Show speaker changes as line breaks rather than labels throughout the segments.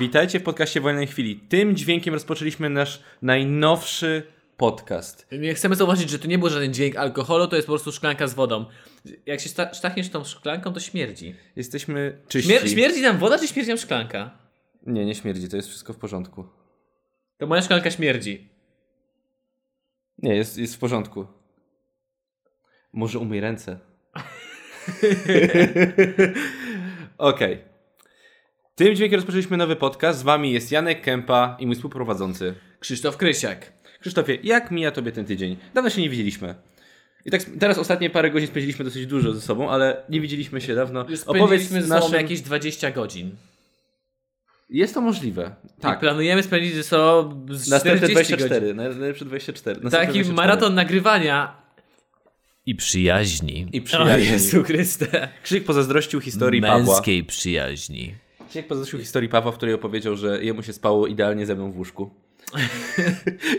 Witajcie w podcaście Wolnej Chwili. Tym dźwiękiem rozpoczęliśmy nasz najnowszy podcast.
Nie Chcemy zauważyć, że tu nie był żaden dźwięk alkoholu, to jest po prostu szklanka z wodą. Jak się sta- sztachniesz tą szklanką, to śmierdzi.
Jesteśmy czyści.
Śmier- śmierdzi nam woda, czy śmierdzi nam szklanka?
Nie, nie śmierdzi, to jest wszystko w porządku.
To moja szklanka śmierdzi.
Nie, jest, jest w porządku. Może umyj ręce. Okej. Tym dźwiękiem rozpoczęliśmy nowy podcast. Z wami jest Janek Kępa i mój współprowadzący.
Krzysztof Krysiak.
Krzysztofie, jak mija tobie ten tydzień? Dawno się nie widzieliśmy. I tak sp- teraz ostatnie parę godzin spędziliśmy dosyć dużo ze sobą, ale nie widzieliśmy się dawno.
Już
Opowiedz
spędziliśmy ze sobą
naszym...
jakieś 20 godzin.
Jest to możliwe.
I planujemy spędzić ze sobą z
Tak.
40
Następne
24.
24, naj- najlepsze 24.
Taki
następne 24.
maraton nagrywania. I przyjaźni.
I przyjaźni.
O Jezu Chryste.
Krzyk pozazdrościł historii Pawła.
Męskiej przyjaźni.
Krzyk pozazdrościł historii Pawła, w której opowiedział, że jemu się spało idealnie ze mną w łóżku.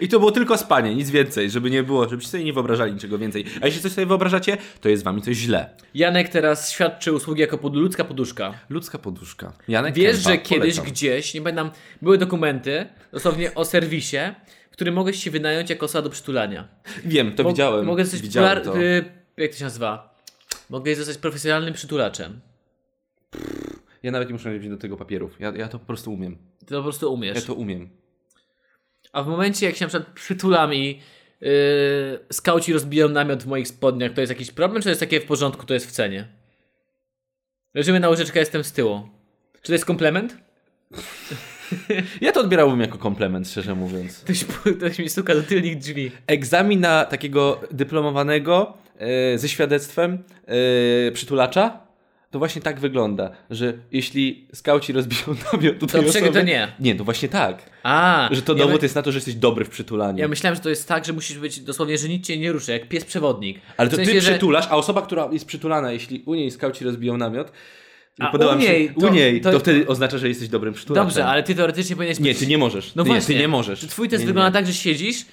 I to było tylko spanie, nic więcej, żeby nie było, żebyście sobie nie wyobrażali niczego więcej. A jeśli coś sobie wyobrażacie, to jest z wami coś źle.
Janek teraz świadczy usługi jako pod- ludzka poduszka.
Ludzka poduszka. Janek
Wiesz,
Kępa,
że kiedyś
polecam.
gdzieś, nie pamiętam, były dokumenty, dosłownie o serwisie, który mogłeś się wynająć jako osoba do przytulania.
Wiem, to
Mo-
widziałem.
Mogę zostać
widziałem
popular-
to.
y, Jak to się nazywa? Mogę zostać profesjonalnym przytulaczem.
Ja nawet nie muszę wziąć do tego papierów. Ja, ja to po prostu umiem.
Ty to po prostu umiesz.
Ja to umiem.
A w momencie, jak się na przykład przytulam i yy, skauci rozbiją namiot w moich spodniach, to jest jakiś problem, czy to jest takie w porządku, to jest w cenie? Leżymy na łyżeczkę, jestem z tyłu. Czy to jest komplement?
Ja to odbierałbym jako komplement, szczerze mówiąc.
Ktoś, ktoś mi stuka do tylnych drzwi.
egzamin na takiego dyplomowanego e, ze świadectwem e, przytulacza, to właśnie tak wygląda, że jeśli skauci rozbiją namiot
To
tutaj
przecież
osoby,
to nie.
Nie, to właśnie tak.
A,
Że to
ja, my-
dowód jest na to, że jesteś dobry w przytulaniu.
ja myślałem, że to jest tak, że musisz być dosłownie, że nic cię nie ruszy, jak pies przewodnik.
Ale to
W sensie,
ty
że-
przytulasz, a osoba, która jest przytulana, jeśli u niej skauci rozbiją namiot,
A,
podoba
u
mi się-
niej
u
to-
niej to,
to-
wtedy oznacza, że jesteś dobrym przytulaczem.
Dobrze, ale ty teoretycznie powinieneś
Nie,
być-
ty nie możesz.
No
ty,
właśnie.
Nie, ty nie możesz.
Twój test
nie, nie,
wygląda
nie.
tak, że siedzisz,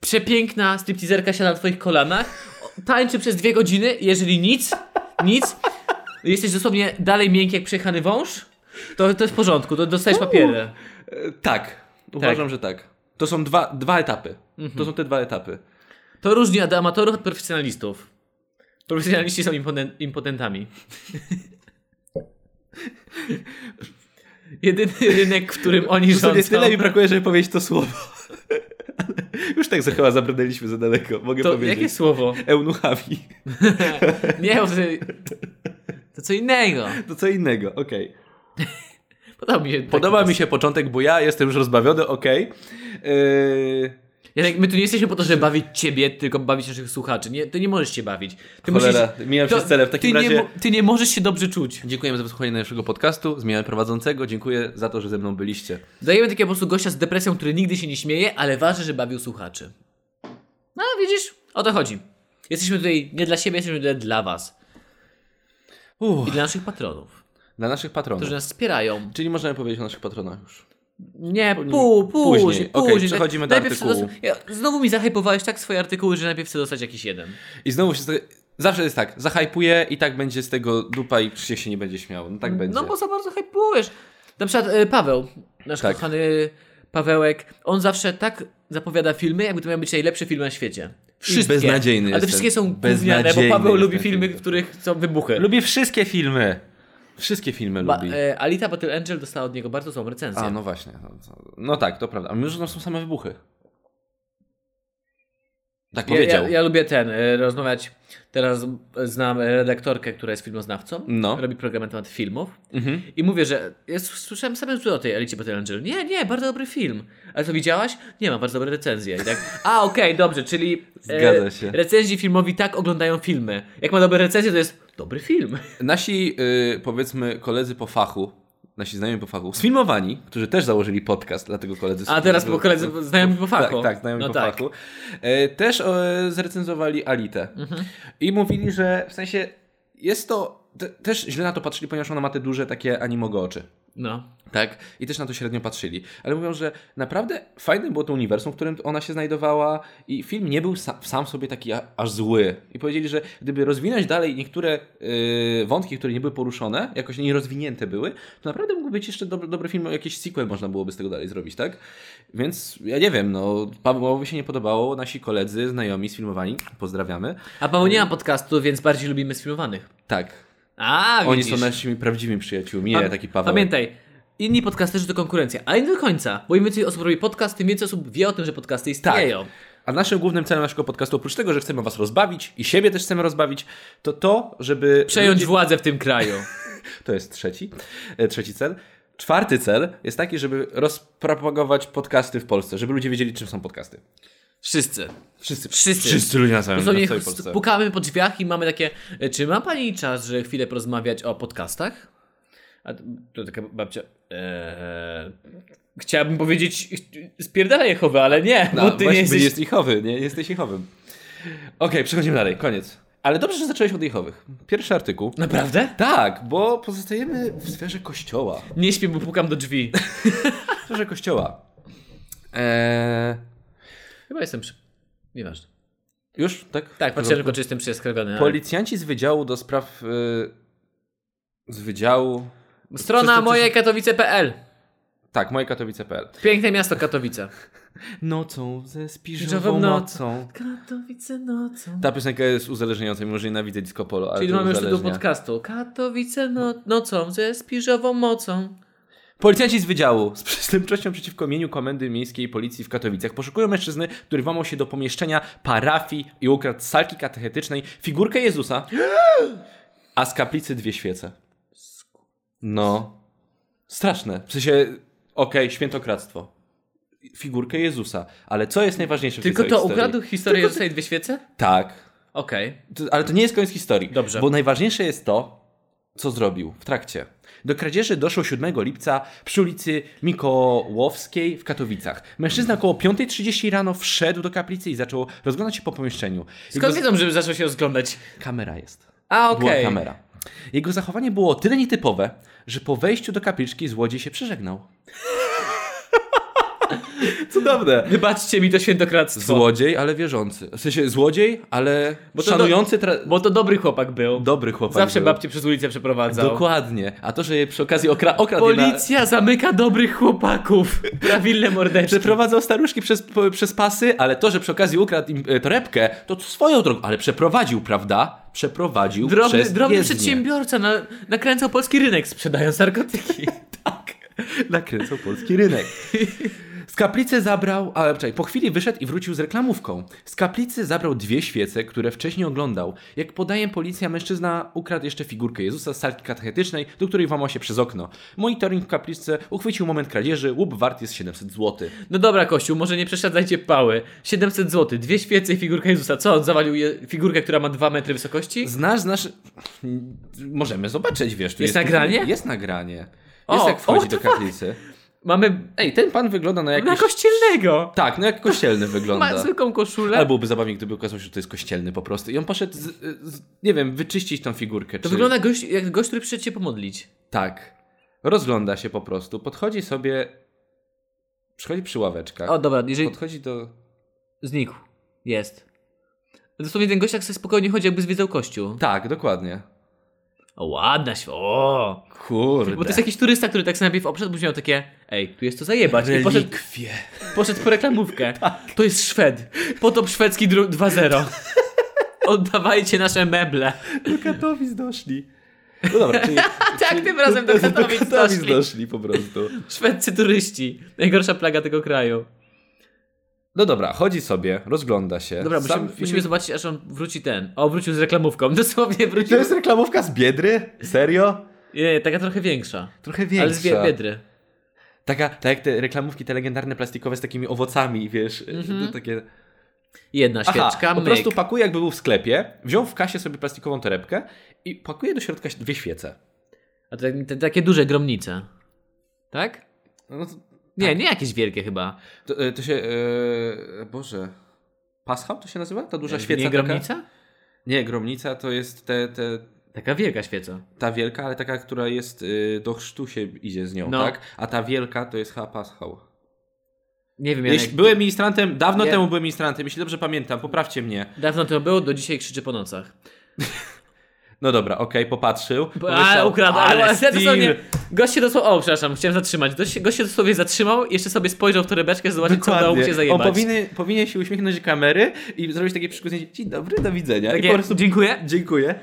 przepiękna striptizerka siada na twoich kolanach, o- tańczy przez dwie godziny, jeżeli nic, nic, jesteś dosłownie dalej miękki jak przejechany wąż, to, to jest w porządku, to dostajesz papiery.
E, Tak, uważam, że tak. To są dwa, dwa etapy. To są te dwa etapy.
To różni od amatorów od profesjonalistów. Profesjonaliści są impoten- impotentami. Jedyny rynek, w którym oni
Już
rządzą.
sobie tyle mi brakuje, żeby powiedzieć to słowo. Ale Już tak za- chyba zabrnęliśmy za daleko, mogę
to
powiedzieć.
jakie słowo?
Eunuchami.
Nie, bo to co innego.
To co innego, okej.
Podoba mi się.
Podoba mi się początek, bo ja jestem już rozbawiony, okej. Yy,
Janek, my tu nie jesteśmy po to, żeby bawić ciebie, tylko bawić naszych słuchaczy. Nie, ty nie możesz się bawić. Ty
Cholera, mijam się z celem. W takim
ty
razie-
Nie, mo- ty nie możesz się dobrze czuć.
Dziękujemy za wysłuchanie naszego podcastu. Zmieniamy prowadzącego. Dziękuję za to, że ze mną byliście.
Dajemy takiego po prostu gościa z depresją, który nigdy się nie śmieje, ale ważne, że bawił słuchaczy. No, widzisz? O to chodzi. Jesteśmy tutaj nie dla siebie, jesteśmy tutaj dla was.
Uff,
I dla naszych patronów,
dla naszych patronów.
którzy nas wspierają.
Czyli możemy powiedzieć o naszych patronach już.
Nie, pół, pół,
Mm, Później.
później.
Okej,
później.
przechodzimy do
Najpierw chcę
artykułu.
dostać- Ja, znowu mi zahypowałeś tak swoje artykuły, że najpierw chcę dostać jakiś jeden.
I znowu się... Zawsze jest tak, zahajpuję i tak będzie z tego dupa i się, się nie będzie śmiało. No tak będzie.
No bo za bardzo hypujesz. Na przykład e, Paweł, nasz
Tak.
kochany Pawełek, on zawsze tak zapowiada filmy, jakby to miał być najlepszy film na świecie. Wszystkie.
beznadziejny
Ale
jestem.
te wszystkie są
Beznadziejny
gówniane, bo Paweł
jestem
lubi
filmem.
filmy, w których są wybuchy.
Lubię wszystkie filmy. Wszystkie filmy
Ba-
lubi.
e, Alita Battle Angel dostała od niego bardzo złą recenzję.
A, no właśnie. No, to- no tak, to prawda. A mimo, że to są same wybuchy. Tak
ja,
powiedział.
ja, ja lubię ten, e, rozmawiać. Teraz znam redaktorkę, która jest filmoznawcą.
No.
Robi program na temat filmów.
Mhm.
I mówię, że ja s- słyszałem same złe o tej Alicie Battle Angel. Nie, nie, bardzo dobry film. Ale co widziałaś? Nie, ma bardzo dobre recenzje. I tak, a okej, dobrze, czyli
Zgadza się.
recenzi filmowi tak oglądają filmy. Jak ma dobre recenzje, to jest dobry film.
Nasi, y, powiedzmy, koledzy po fachu, nasi znajomi po fachu, sfilmowani, którzy też założyli podcast, dlatego koledzy... z-
A teraz po koledzy znajomi po
Tak,
fachu.
tak, znajomi
no
po
tak.
fachu. E, też e, zrecenzowali Alitę.
Mhm.
I mówili, że w sensie jest to... Te, też źle na to patrzyli, ponieważ ona ma te duże takie animogo oczy.
No.
Tak? I też na to średnio patrzyli. Ale mówią, że naprawdę fajne było to uniwersum, w którym ona się znajdowała i film nie był sa- sam w sobie taki a- aż zły. I powiedzieli, że gdyby rozwinąć dalej niektóre yy, wątki, które nie były poruszone, jakoś nierozwinięte były, to naprawdę mógł być jeszcze dobry, dobry film, jakiś sequel można byłoby z tego dalej zrobić, tak? Więc ja nie wiem, no Pawłowi się nie podobało, nasi koledzy, znajomi, sfilmowani, pozdrawiamy.
A Paweł nie ma podcastu, więc bardziej lubimy sfilmowanych.
Tak,
A,
oni
widzisz.
są naszymi prawdziwymi przyjaciółmi, nie
Pam-
taki Paweł.
Pamiętaj, inni podcasterzy to konkurencja, ale nie do końca, bo im więcej osób robi podcast, tym więcej osób wie o tym, że podcasty istnieją.
A naszym głównym celem naszego podcastu, oprócz tego, że chcemy was rozbawić i siebie też chcemy rozbawić, to to, żeby...
Przejąć władzę w tym kraju.
To jest trzeci, e, trzeci cel. Czwarty cel jest taki, żeby rozpropagować podcasty w Polsce, żeby ludzie wiedzieli, czym są podcasty.
Wszyscy.
Wszyscy,
Wszyscy.
wszyscy ludzie na całym, na
Dosłownie
całej Polsce.
pukamy po drzwiach i mamy takie, e, czy ma pani czas, że chwilę porozmawiać o podcastach? A t- to taka babcia, eee, chciałabym powiedzieć, ch- spierdalaj Jehowę, ale nie,
No,
bo ty nie
właśnie,
jesteś...
jest Ichowy, nie jesteś Ichowym. Okej, przechodzimy dalej, koniec. Ale dobrze, że zacząłeś od Ichowych. Pierwszy artykuł.
Naprawdę?
Tak, bo pozostajemy w sferze kościoła.
Nie śpię, bo pukam do drzwi.
W sferze kościoła. Eee,
Chyba jestem przy... Nieważne.
już, tak?
Tak, patrzę tylko, czy jestem przeskrawiony. Ale...
Policjanci z Wydziału do Spraw... y, z Wydziału...
Strona
Przeczytaj-
moje katowice.pl.
Tak, moje Katowice.pl
Piękne miasto Katowice.
Nocą ze spiżową
Spiżową nocą.
nocą.
Katowice nocą.
Ta piosenka jest uzależniająca, mimo że nienawidzę disco polo, ale
Czyli
to
mamy już tytuł
uzależnia.
podcastu. Katowice no, nocą ze spiżową mocą.
Policjanci z Wydziału z przestępczością przeciwko mieniu Komendy Miejskiej Policji w Katowicach poszukują mężczyzny, który włamał się do pomieszczenia parafii i ukradł z salki katechetycznej figurkę Jezusa, a z kaplicy dwie świece. No. Straszne. W sensie, okej, świętokradztwo. Figurkę Jezusa. Ale co jest najważniejsze w tej
Tylko
całej
to
historii?
ukradł historię Tylko... dwie świece?
Tak.
Okej.
To, ale to nie jest koniec historii.
Dobrze.
Bo najważniejsze jest to, co zrobił w trakcie. Do kradzieży doszło 7 lipca przy ulicy Mikołowskiej w Katowicach. Mężczyzna około 5.30 rano wszedł do kaplicy i zaczął rozglądać się po pomieszczeniu. Jego...
Skąd wiedzą, żeby zaczął się rozglądać?
Kamera jest.
A,
Była
okej.
kamera. Jego zachowanie było o tyle nietypowe, że po wejściu do kapliczki złodziej się przeżegnał. Cudowne.
Wybaczcie mi to świętokradztwo.
Złodziej, ale wierzący. W sensie złodziej, ale
Bo to do-
szanujący... Tra...
Bo to dobry chłopak był.
Dobry chłopak
Zawsze
był.
babcie przez ulicę przeprowadzał.
Dokładnie. A to, że je przy okazji okra okradł je na...
Policja zamyka dobrych chłopaków. Prawilne mordeczki.
Przeprowadzał staruszki przez, po- przez pasy, ale to, że przy okazji ukradł im e, torebkę, to swoją drogą, ale przeprowadził, prawda? Przeprowadził
Drobny,
przez
drobny
jezdnię.
przedsiębiorca na, nakręcał polski rynek sprzedając narkotyki.
Tak. Nakręcał polski rynek. Z kaplicy zabrał, ale czekaj, po chwili wyszedł i wrócił z reklamówką. Z kaplicy zabrał dwie świece, które wcześniej oglądał. Jak podaje policja, mężczyzna ukradł jeszcze figurkę Jezusa z salki katechetycznej, do której włamał się przez okno. Monitoring w kaplicy uchwycił moment kradzieży, łup wart jest 700 zł.
No dobra, Kościół, może nie przeszadzajcie pały. 700 zł, dwie świece i figurka Jezusa. Co, on zawalił je, figurkę, która ma 2 metry wysokości?
Znasz, znasz. Możemy zobaczyć, wiesz. Tu
Jest nagranie?
Jest nagranie.
O,
jest jak wchodzi
o,
do
to fakt.
kaplicy.
Mamy
Ej, ten pan wygląda na jakiś...
na kościelnego.
Tak, no jak kościelny
Ma
wygląda.
zwykłą koszulę.
Ale byłoby zabawnie, gdyby okazało się, że to jest kościelny po prostu. I on poszedł, z, z, nie wiem, wyczyścić tą figurkę.
To wygląda gość, jak gość, który przyszedł się pomodlić.
Tak. Rozgląda się po prostu. Podchodzi sobie... Przychodzi przy ławeczkach.
O, dobra, jeżeli
Podchodzi do...
znikł. Jest. Dosłownie ten gość tak sobie spokojnie chodzi, jakby zwiedzał kościół.
Tak, dokładnie.
O, ładna się. O!
Kurde.
Bo to jest jakiś turysta, który tak sobie najpierw obszedł, później miał takie Ej, tu jest to zajebać. I poszedł,
Relikwie.
poszedł po reklamówkę. To jest Szwed. Potop szwedzki dru- 2.0. Oddawajcie nasze meble.
Do Katowic doszli. No dobra, czyli...
Tak, tym razem do Katowic doszli.
doszli po prostu.
Szwedcy turyści. Najgorsza plaga tego kraju.
No dobra, chodzi sobie, rozgląda się.
Dobra,
Sam
musimy,
film-
musimy zobaczyć, aż on wróci ten. O, wrócił z reklamówką. Dosłownie
To
wrócił.
jest reklamówka z Biedry? Serio?
Nie, taka trochę większa.
Trochę większa.
Ale z Bie- biedry.
Taka, tak jak te reklamówki, te legendarne plastikowe z takimi owocami, wiesz, to takie...
Jedna Mhm. świeczka,
Aha, po
myk.
prostu pakuje jakby był w sklepie, wziął w kasie sobie plastikową torebkę i pakuje do środka dwie świece.
A to te, takie duże gromnice. Tak?
No to,
Nie, nie jakieś wielkie chyba.
to, e, to się... E, Boże... Paschał to się nazywa? Ta duża świeca
nie
taka?
gromnica?
Nie, gromnica to jest te, te
Taka wielka świeca.
Ta wielka, ale taka, która jest y, do chrztu się idzie z nią,
No.
tak? A ta wielka to jest chyba paschał.
Nie wiem,
Jeśli
jak...
byłem ministrantem, dawno
Nie.
temu byłem ministrantem, jeśli dobrze pamiętam, poprawcie mnie.
Dawno to było, do dzisiaj krzyczy po nocach.
No dobra, okej, popatrzył.
Ale
pomyślał,
ukradł,
ale
ale
styl.
dosłownie. Gość się dosłownie. O, przepraszam, chciałem zatrzymać. Gość, się- gość się dosłownie zatrzymał, jeszcze sobie spojrzał w torebeczkę, zobaczyć, co udało mu się
On
zajebać.
powinien, powinien się uśmiechnąć do kamery i zrobić takie przykłosnięcie. Dzień dobry, do widzenia. I
Takie,
po prostu
Dziękuję.
dziękuję.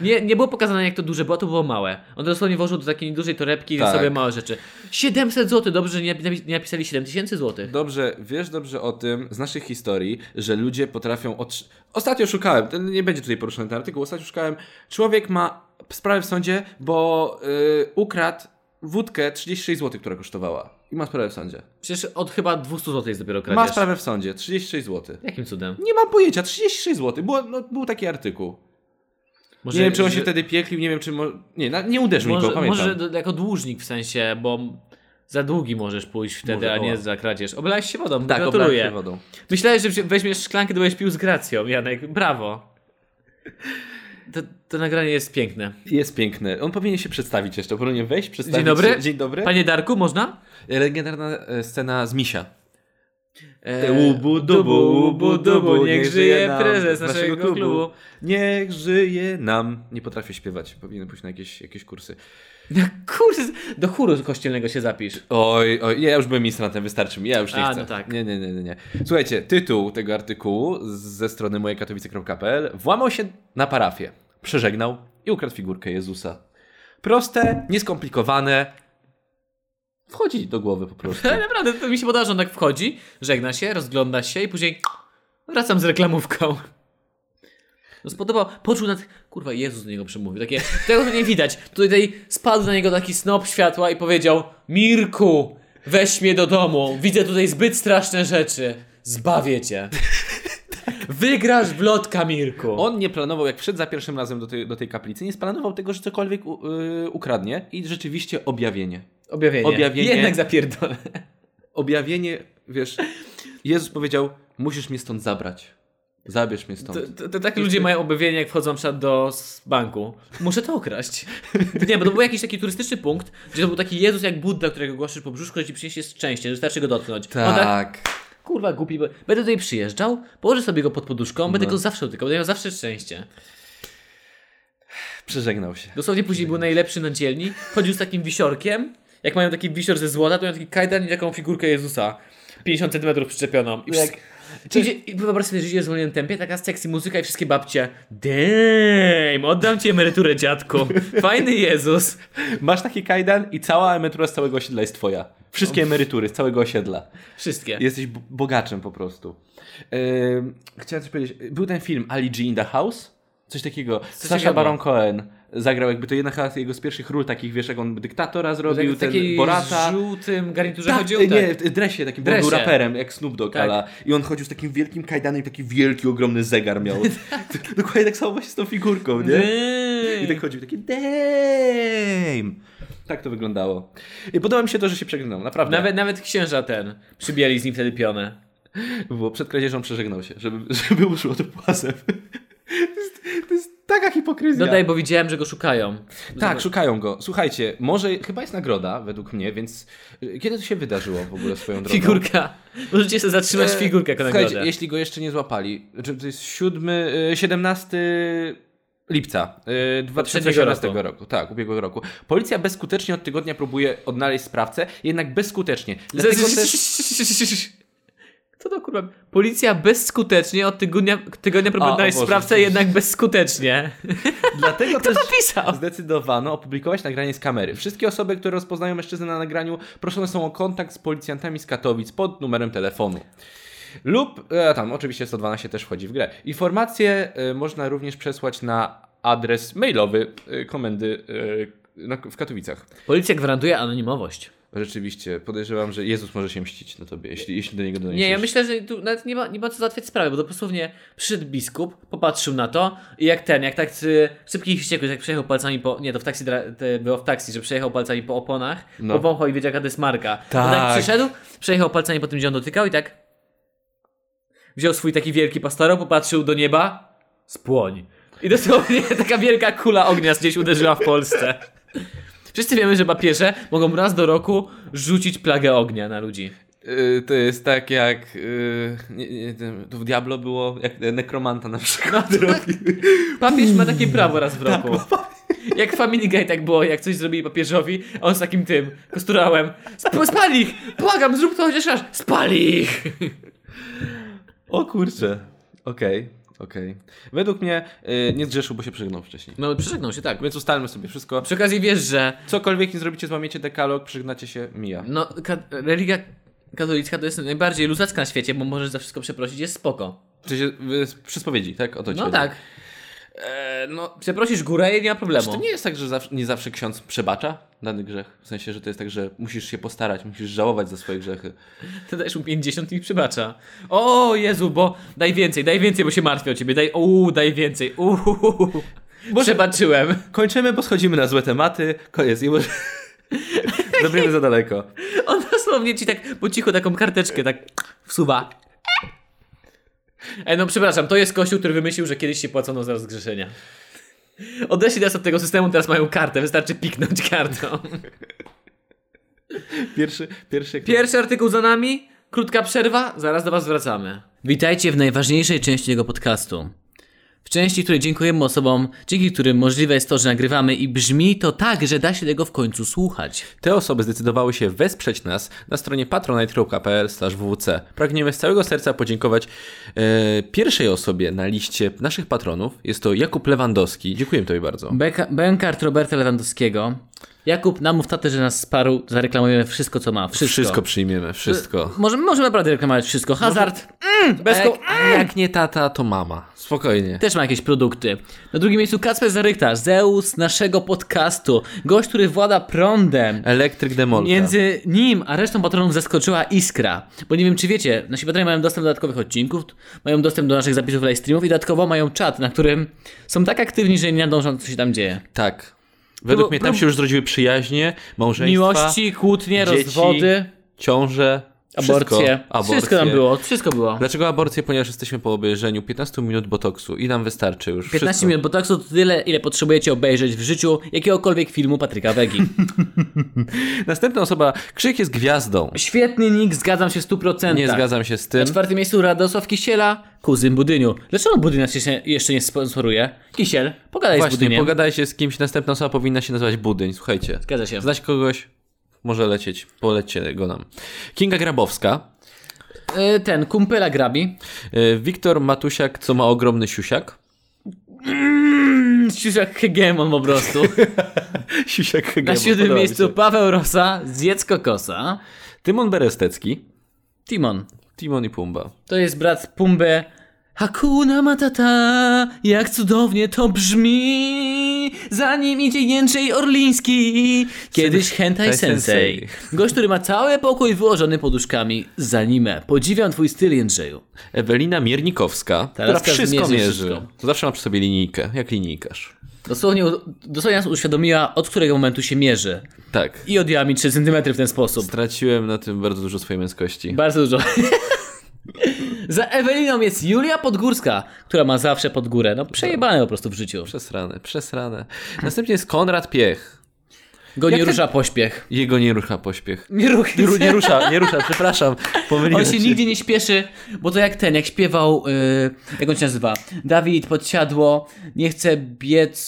Nie, nie było pokazane, jak to duże było, to było małe. On dosłownie włożył do takiej dużej torebki
Tak.
sobie małe rzeczy. 700 zł, dobrze, że nie, napi- nie napisali 7000 zł.
Dobrze, wiesz dobrze o tym z naszych historii, że ludzie potrafią. Otrzy... Ostatnio szukałem, ten nie będzie tutaj poruszony ten artykuł, ostatnio szukałem. Człowiek ma sprawę w sądzie, bo y, ukradł wódkę 36 zł, która kosztowała. I ma sprawę w sądzie.
Przecież od chyba 200 zł jest dopiero
Ma
kradzież.
sprawę w sądzie, 36 zł.
Jakim cudem?
Nie mam pojęcia, 36 zł. Było, no, był taki artykuł.
Może,
nie wiem, czy on się
że-
wtedy pieklił, nie wiem, czy. Mo... Nie, na, nie uderzył
Może,
nikogo, pamiętam.
może do- jako dłużnik w sensie, bo za długi możesz pójść wtedy,
Może,
a nie
o.
za kradzież. Oblałeś się wodą,
Tak,
tak, gratuluję.
oblałem się wodą.
Myślałeś, że wzi- weźmiesz szklankę, gdybyś pił z gracją, Janek. Brawo. To, to nagranie jest piękne.
Jest piękny. On powinien się przedstawić jeszcze. Powinien wejść, przedstawić
Dzień dobry.
się. Dzień dobry.
Panie Darku, można?
Legendarna e, scena z Misia.
E,
Łubu, dubu, łubu, dubu, niech żyje nam,
prezes
naszego
naszego,
klubu.
klubu.
Niech żyje nam. Nie potrafię śpiewać. Powinien pójść na jakieś, jakieś kursy.
No, kurs, do chóru kościelnego się zapisz.
Oj, oj, nie, ja już byłem ministrantem, wystarczy mi. Ja już nie
A,
chcę.
no tak.
Nie, nie, nie, nie, nie. Słuchajcie, tytuł tego artykułu z- ze strony mojekatowice.pl Włamał się na parafię, przeżegnał i ukradł figurkę Jezusa. Proste, nieskomplikowane. Wchodzi do głowy po prostu.
Ale naprawdę, to mi się podoba, że on tak wchodzi, żegna się, rozgląda się i później wracam z reklamówką. No spodobał, poczuł nad... Kurwa, Jezus do niego przemówił. Takie, tego tu nie widać. Tutaj spadł na niego taki snop światła i powiedział Mirku, weź mnie do domu. Widzę tutaj zbyt straszne rzeczy. Zbawię cię. Tak. Wygrasz w lotka, Mirku.
On nie planował, jak wszedł za pierwszym razem do tej, do tej kaplicy, nie planował tego, że cokolwiek u, y, ukradnie i rzeczywiście objawienie.
Objawienie.
Objawienie.
Jednak zapierdolę.
Objawienie, wiesz, Jezus powiedział, musisz mnie stąd zabrać. Zabierz mnie stąd.
To, to, to tak ludzie mają objawienie, jak wchodzą na przykład do s- banku. Muszę to okraść. Nie, bo to był jakiś taki turystyczny punkt, gdzie to był taki Jezus jak Budda, którego głaszysz po brzuszku, że ci przyniesie szczęście, że wystarczy go dotknąć. On tak,
Tak.
kurwa głupi, bo- będę tutaj przyjeżdżał, położę sobie go pod poduszką, będę go zawsze dotykał, będę miał zawsze szczęście.
Przeżegnał się.
Dosłownie później był najlepszy na dzielni, chodził z takim wisiorkiem, jak mają taki wisior ze złota, to mają taki kajdan i taką figurkę Jezusa. 50 cm przyczepioną. I
Jak-
jak... Idzie, I wyobraź sobie, że idzie w zwolnionym tempie, taka sexy muzyka i wszystkie babcie. Damn, oddam ci emeryturę dziadku. Fajny Jezus.
Masz taki kajdan i cała emerytura z całego osiedla jest twoja. Wszystkie emerytury z całego osiedla.
Wszystkie.
Jesteś b- bogaczem po prostu. Ym, chciałem coś powiedzieć. Był ten film Ali G in the House? Coś takiego. Sasha
ciekawego.
Baron Cohen zagrał jakby to jedna chyba z jego z pierwszych ról takich, wiesz, jak on dyktatora zrobił,
Robił
ten
taki
Borata.
Tak w żółtym garniturze
Tak,
chodził.
nie,
tak.
w dresie takim, bo on był
Dresie.
raperem, jak Snoop Dogg,
Tak.
ala. I on chodził z takim wielkim kajdanem i taki wielki, ogromny zegar miał. Dokładnie tak samo właśnie z tą figurką, nie? I tak
Damn.
chodził taki damn. Tak to wyglądało. I podoba mi się to, że się przegnął, naprawdę.
Nawet, nawet księża ten. Przybijali z nim wtedy pionę.
Bo przed kradzieżą przeżegnał się, żeby, żeby uszło to płazem. To jest, to jest taka hipokryzja.
Dodaj, bo widziałem, że go szukają.
Tak, szukają go. Słuchajcie, może chyba jest nagroda według mnie, więc y, kiedy to się wydarzyło w ogóle swoją drogą?
Figurka. Możecie sobie zatrzymać
E,
figurkę jako
słuchajcie,
nagrodę.
jeśli go jeszcze nie złapali, znaczy, to jest 7, 17 lipca y, 2018 roku.
Poprzedniego
Tak, ubiegłego roku. Policja bezskutecznie od tygodnia próbuje odnaleźć sprawcę, jednak bezskutecznie. Dlatego też...
Też... Co to kurwa? Policja bezskutecznie od tygodnia, tygodnia próbuje
A, o
odnaleźć
Boże.
sprawcę, jednak bezskutecznie.
Dlatego też
Pisał.
zdecydowano opublikować nagranie z kamery. Wszystkie osoby, które rozpoznają mężczyznę na nagraniu, proszone są o kontakt z policjantami z Katowic pod numerem telefonu. Lub, e, tam oczywiście 112 też wchodzi w grę. Informacje e, można również przesłać na adres mailowy e, komendy e, na, w Katowicach.
Policja gwarantuje anonimowość.
Rzeczywiście, podejrzewam, że Jezus może się mścić na tobie, jeśli, jeśli do niego doniesiesz.
Nie, ja myślę, że tu nawet nie ma, nie ma co załatwiać sprawy, bo to dosłownie przyszedł biskup, popatrzył na to i jak ten, jak tak y, szybki i wściekły, jak przejechał palcami po... Nie, to w taksi, dra- te- było w taksi, że przejechał palcami po oponach,
No.
no. powąchał i wiedział, jaka to jest marka. To
Tak.
tak przyszedł, przejechał palcami po tym, gdzie on dotykał i tak wziął swój taki wielki pastorał, popatrzył do nieba, spłoń. I dosłownie taka wielka kula ognia gdzieś uderzyła w Polsce. Wszyscy wiemy, że papieże mogą raz do roku rzucić plagę ognia na ludzi.
Y, to jest tak jak. y, nie, nie, tym- to w Diablo było jak e, nekromanta na
No,
przykład. robił.
Tak. Papież ma takie prawo raz w
Tak,
roku. Jak w Family Guy tak było, jak coś zrobili papieżowi, a on z takim tym, kosturałem. Sp- spal ich! Błagam, zrób to chociaż raz! Spal ich!
O kurczę. Okej, okej. Według mnie y, nie zgrzeszył, bo się przegnął wcześniej.
No, przeżegnał się, tak.
Więc ustalmy sobie wszystko.
Przy okazji wiesz, że
Cokolwiek nie zrobicie, złamiecie dekalog, przegnacie się, mija.
no, ka- religia katolicka to jest najbardziej luzacka na świecie, bo możesz za wszystko przeprosić, jest spoko.
W sensie, y, przy spowiedzi, tak? O to ci
No
chodzi.
tak.
E, no,
Przeprosisz górę i nie ma
czy
problemu.
to nie jest tak, że zawsze, nie zawsze ksiądz przebacza dany grzech? W sensie, że to jest tak, że musisz się postarać, musisz żałować za swoje grzechy.
To dajesz mu 50 i ich przebacza. O Jezu, bo daj więcej, daj więcej, bo się martwię o ciebie. Daj, uuu, daj więcej. Uuu. Przebaczyłem.
Kończymy, bo schodzimy na złe tematy. Koniec. Nie może... Zabrniemy za daleko.
On dosłownie ci tak po cichu taką karteczkę tak wsuwa. Ej, no przepraszam, to jest kościół, który wymyślił, że kiedyś się płacono za rozgrzeszenia. Odeszli nas od tego systemu, teraz mają kartę, wystarczy piknąć kartą.
Pierwszy, pierwszy...
Pierwszy artykuł za nami, krótka przerwa, zaraz do Was wracamy. Witajcie w najważniejszej części tego podcastu. W części, której dziękujemy osobom, dzięki którym możliwe jest to, że nagrywamy i brzmi to tak, że da się tego w końcu słuchać.
Te osoby zdecydowały się wesprzeć nas na stronie patronite.pl/wwc. Pragniemy z całego serca podziękować e, pierwszej osobie na liście naszych patronów. Jest to Jakub Lewandowski. Dziękuję Tobie bardzo.
Beka- Bękart Roberta Lewandowskiego. Jakub, namów tatę, że nas sparł, zareklamujemy wszystko, co ma. Wszystko.
Wszystko przyjmiemy, wszystko.
Możemy, możemy naprawdę reklamować wszystko. Hazard
Bez
A
jak,
jak-
jak nie tata, to mama. Spokojnie.
też ma jakieś produkty. Na drugim miejscu Kacper Zarychta, Zeus naszego podcastu. Gość, który włada prądem.
Elektryk Demolka.
Między nim a resztą patronów zaskoczyła iskra. Bo nie wiem, czy wiecie, nasi patroni mają dostęp do dodatkowych odcinków, mają dostęp do naszych zapisów live streamów i dodatkowo mają czat, na którym są tak aktywni, że nie nadążą, co się tam dzieje.
Tak. Według
Prób-
mnie tam
prób-
się już zrodziły przyjaźnie, małżeństwa,
no- Miłości, kłótnie,
dzieci,
rozwody.
ciąże,
Aborcje.
Wszystko,
Wszystko,
aborcje.
tam było, wszystko było.
Dlaczego aborcje? Ponieważ jesteśmy po obejrzeniu 15 minut botoksu i nam wystarczy już.
15
wszystko.
minut botoksu to tyle, ile potrzebujecie obejrzeć w życiu jakiegokolwiek filmu Patryka Wegi.
Następna osoba, Krzyk jest gwiazdą.
Świetny nick, zgadzam się w 100%.
Nie zgadzam się z tym.
Na czwartym miejscu Radosław Kisiela, kuzyn Budyniu. Dlaczego Budynia się jeszcze nie sponsoruje? Kisiel, pogadaj z
Właśnie,
Budyniem.
pogadaj się z kimś. Następna osoba powinna się nazywać Budyń. Słuchajcie.
Zgadza się.
Znać kogoś, może lecieć. Polećcie go nam. Kinga Grabowska.
Y, Ten, kumpela grabi.
y, Wiktor Matusiak, co ma ogromny siusiak.
Ścisz jak hegemon po prostu.
siusiak
Na siódmym miejscu Paweł Rosa, zjedz kokosa.
Tymon Berestecki.
Timon,
Timon i Pumba.
to jest brat Pumby. Hakuna Matata, jak cudownie to brzmi, zanim idzie Jędrzej Orliński, kiedyś hentai sensei. Gość, który ma cały pokój wyłożony poduszkami z anime. Podziwiam twój styl, Jędzeju.
Ewelina Miernikowska, która
każdy
wszystko
mierzy
mierzy.
wszystko.
To zawsze ma przy sobie linijkę, jak linijkarz.
Dosłownie, dosłownie nas uświadomiła, od którego momentu się mierzy.
Tak.
I odjęła mi 3 cm w ten sposób.
Straciłem na tym bardzo dużo swojej męskości.
Bardzo dużo. Za Eweliną jest Julia Podgórska, która ma zawsze pod górę. No przejebane po prostu w życiu.
Przesrane, przesrane. Następnie jest Konrad Piech.
Go
Jak
nie
ten-
rusza pośpiech.
Jego nie rusza pośpiech.
Nie, ruch,
Nie, ru- nie rusza, nie rusza, przepraszam. Pomyliłem
On się nigdzie nie śpieszy, bo to jak ten, jak śpiewał, yy, jak on się nazywa? Dawid Podsiadło, nie chcę biec w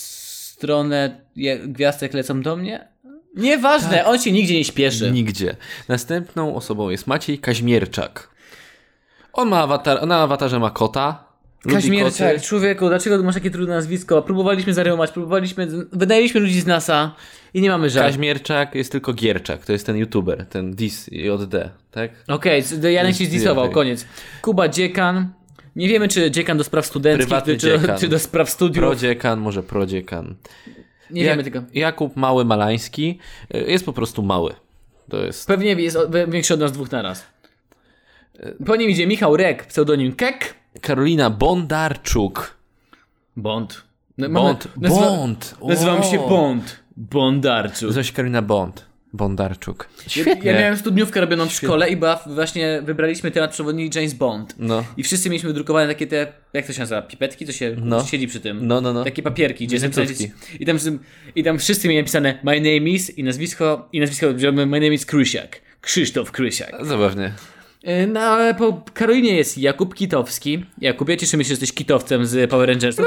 stronę je, gwiazdek lecą do mnie? Nieważne, on się nigdzie Tak. nie śpieszy.
Nigdzie. Następną osobą jest Maciej Kaźmierczak. On ma awatar, na awatarze ma kota. lubi
Kaźmierczak,
koty.
tak, człowieku, dlaczego masz takie trudne nazwisko? Próbowaliśmy zarymać, próbowaliśmy, wydaliśmy ludzi z NASA i nie mamy żadnych.
Tak. Kaźmierczak jest tylko Gierczak, to jest ten youtuber, ten dis i od D, tak?
Okej, okay, Janek się zdisował,
Okej.
koniec. Kuba Dziekan. Nie wiemy, czy dziekan do spraw studenckich,
Prywatny
czy, czy,
dziekan.
czy do spraw studiów.
Prodziekan, może prodziekan.
nie wiemy tego.
Jakub Mały Malański y, jest po prostu mały. To jest.
Pewnie jest o- większy od nas dwóch naraz. Po nim idzie Michał Rek, pseudonim Kek.
Karolina Bondarczuk.
Bond. No, mamy-
Bond.
nazwa-
Bond.
Nazywam
O.
się Bond. Bondarczu.
Nazywa się Karolina Bond. Bondarczuk.
Ja
Świetnie.
miałem studniówkę robioną w szkole i była właśnie wybraliśmy temat przewodni James Bond.
No.
I wszyscy mieliśmy wydrukowane takie te, jak to się nazywa, pipetki, to się
No.
siedzi przy tym.
No, no, no.
Takie papierki, gdzie
Wizytówki.
napisali, i tam, I tam wszyscy mieli napisane My name is i nazwisko, i nazwisko, że my name is Krysiak. Krzysztof Krysiak.
Zabawnie.
E, No ale po Karolinie jest Jakub Kitowski. Jakubie, cieszymy się, że jesteś kitowcem z Power Rangersów.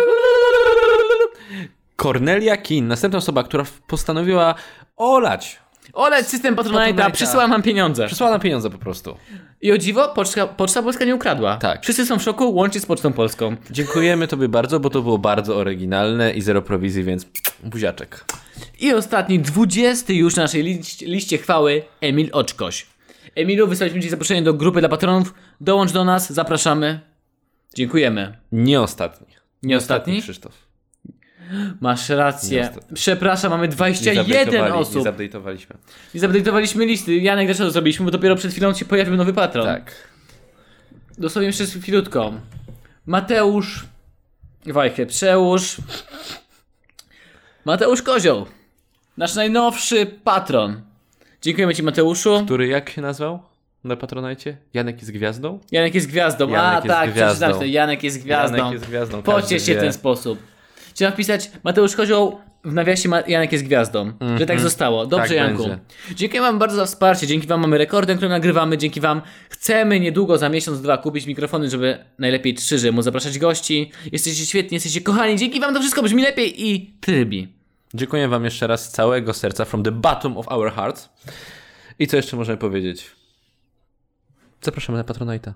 Cornelia Kin, następna osoba, która w- postanowiła olać.
Ole, system Patronite'a,
Patronite'a.
przysłała nam pieniądze.
Przysłała nam pieniądze po prostu.
I o dziwo, Poczta, Poczta Polska nie ukradła.
Tak.
Wszyscy są w szoku, łącznie z Pocztą Polską.
Dziękujemy tobie bardzo, bo to było bardzo oryginalne i zero prowizji, więc buziaczek.
I ostatni, dwudziesty już na naszej liście, liście chwały, Emil Oczkoś. Emilu, wysłaliśmy Ci zaproszenie do grupy dla patronów. Dołącz do nas, zapraszamy. Dziękujemy.
Nie ostatni.
Nie ostatni?
Krzysztof.
Masz rację.
ostatni.
Przepraszam,
Nie
mamy 21
zupdate'owali-
osób.
Nie zupdate'owaliśmy.
I zapdejtowaliśmy listy. Janek, dlaczego to zrobiliśmy? Bo dopiero przed chwilą się pojawił nowy patron.
Tak.
Dosłownie jeszcze chwilutką. Mateusz. Wajchę przełóż. Mateusz Kozioł. Nasz najnowszy patron. Dziękujemy Ci, Mateuszu.
Który jak się nazwał na Patronajcie? Janek jest gwiazdą?
Janek jest gwiazdą.
Janek
A,
jest
tak,
gwiazdą.
przeczytałem to. Janek jest gwiazdą.
Janek jest gwiazdą,
Pociesz
każdy
się
wie.
w ten sposób. Trzeba wpisać Mateusz Kozioł w nawiasie Ma- Janek jest gwiazdą. Że tak zostało. Dobrze,
Tak
Janku.
będzie.
Dziękuję Wam bardzo za wsparcie. Dzięki Wam mamy rekordy, które nagrywamy. Dzięki Wam chcemy niedługo, za miesiąc, dwa, kupić mikrofony, żeby najlepiej trzy, żeby móc zapraszać gości. Jesteście świetni, jesteście kochani. Dzięki Wam to wszystko brzmi lepiej i trybi.
Dziękuję wam jeszcze raz z całego serca, from the bottom of our hearts. I co jeszcze możemy powiedzieć? Zapraszamy na Patronite'a.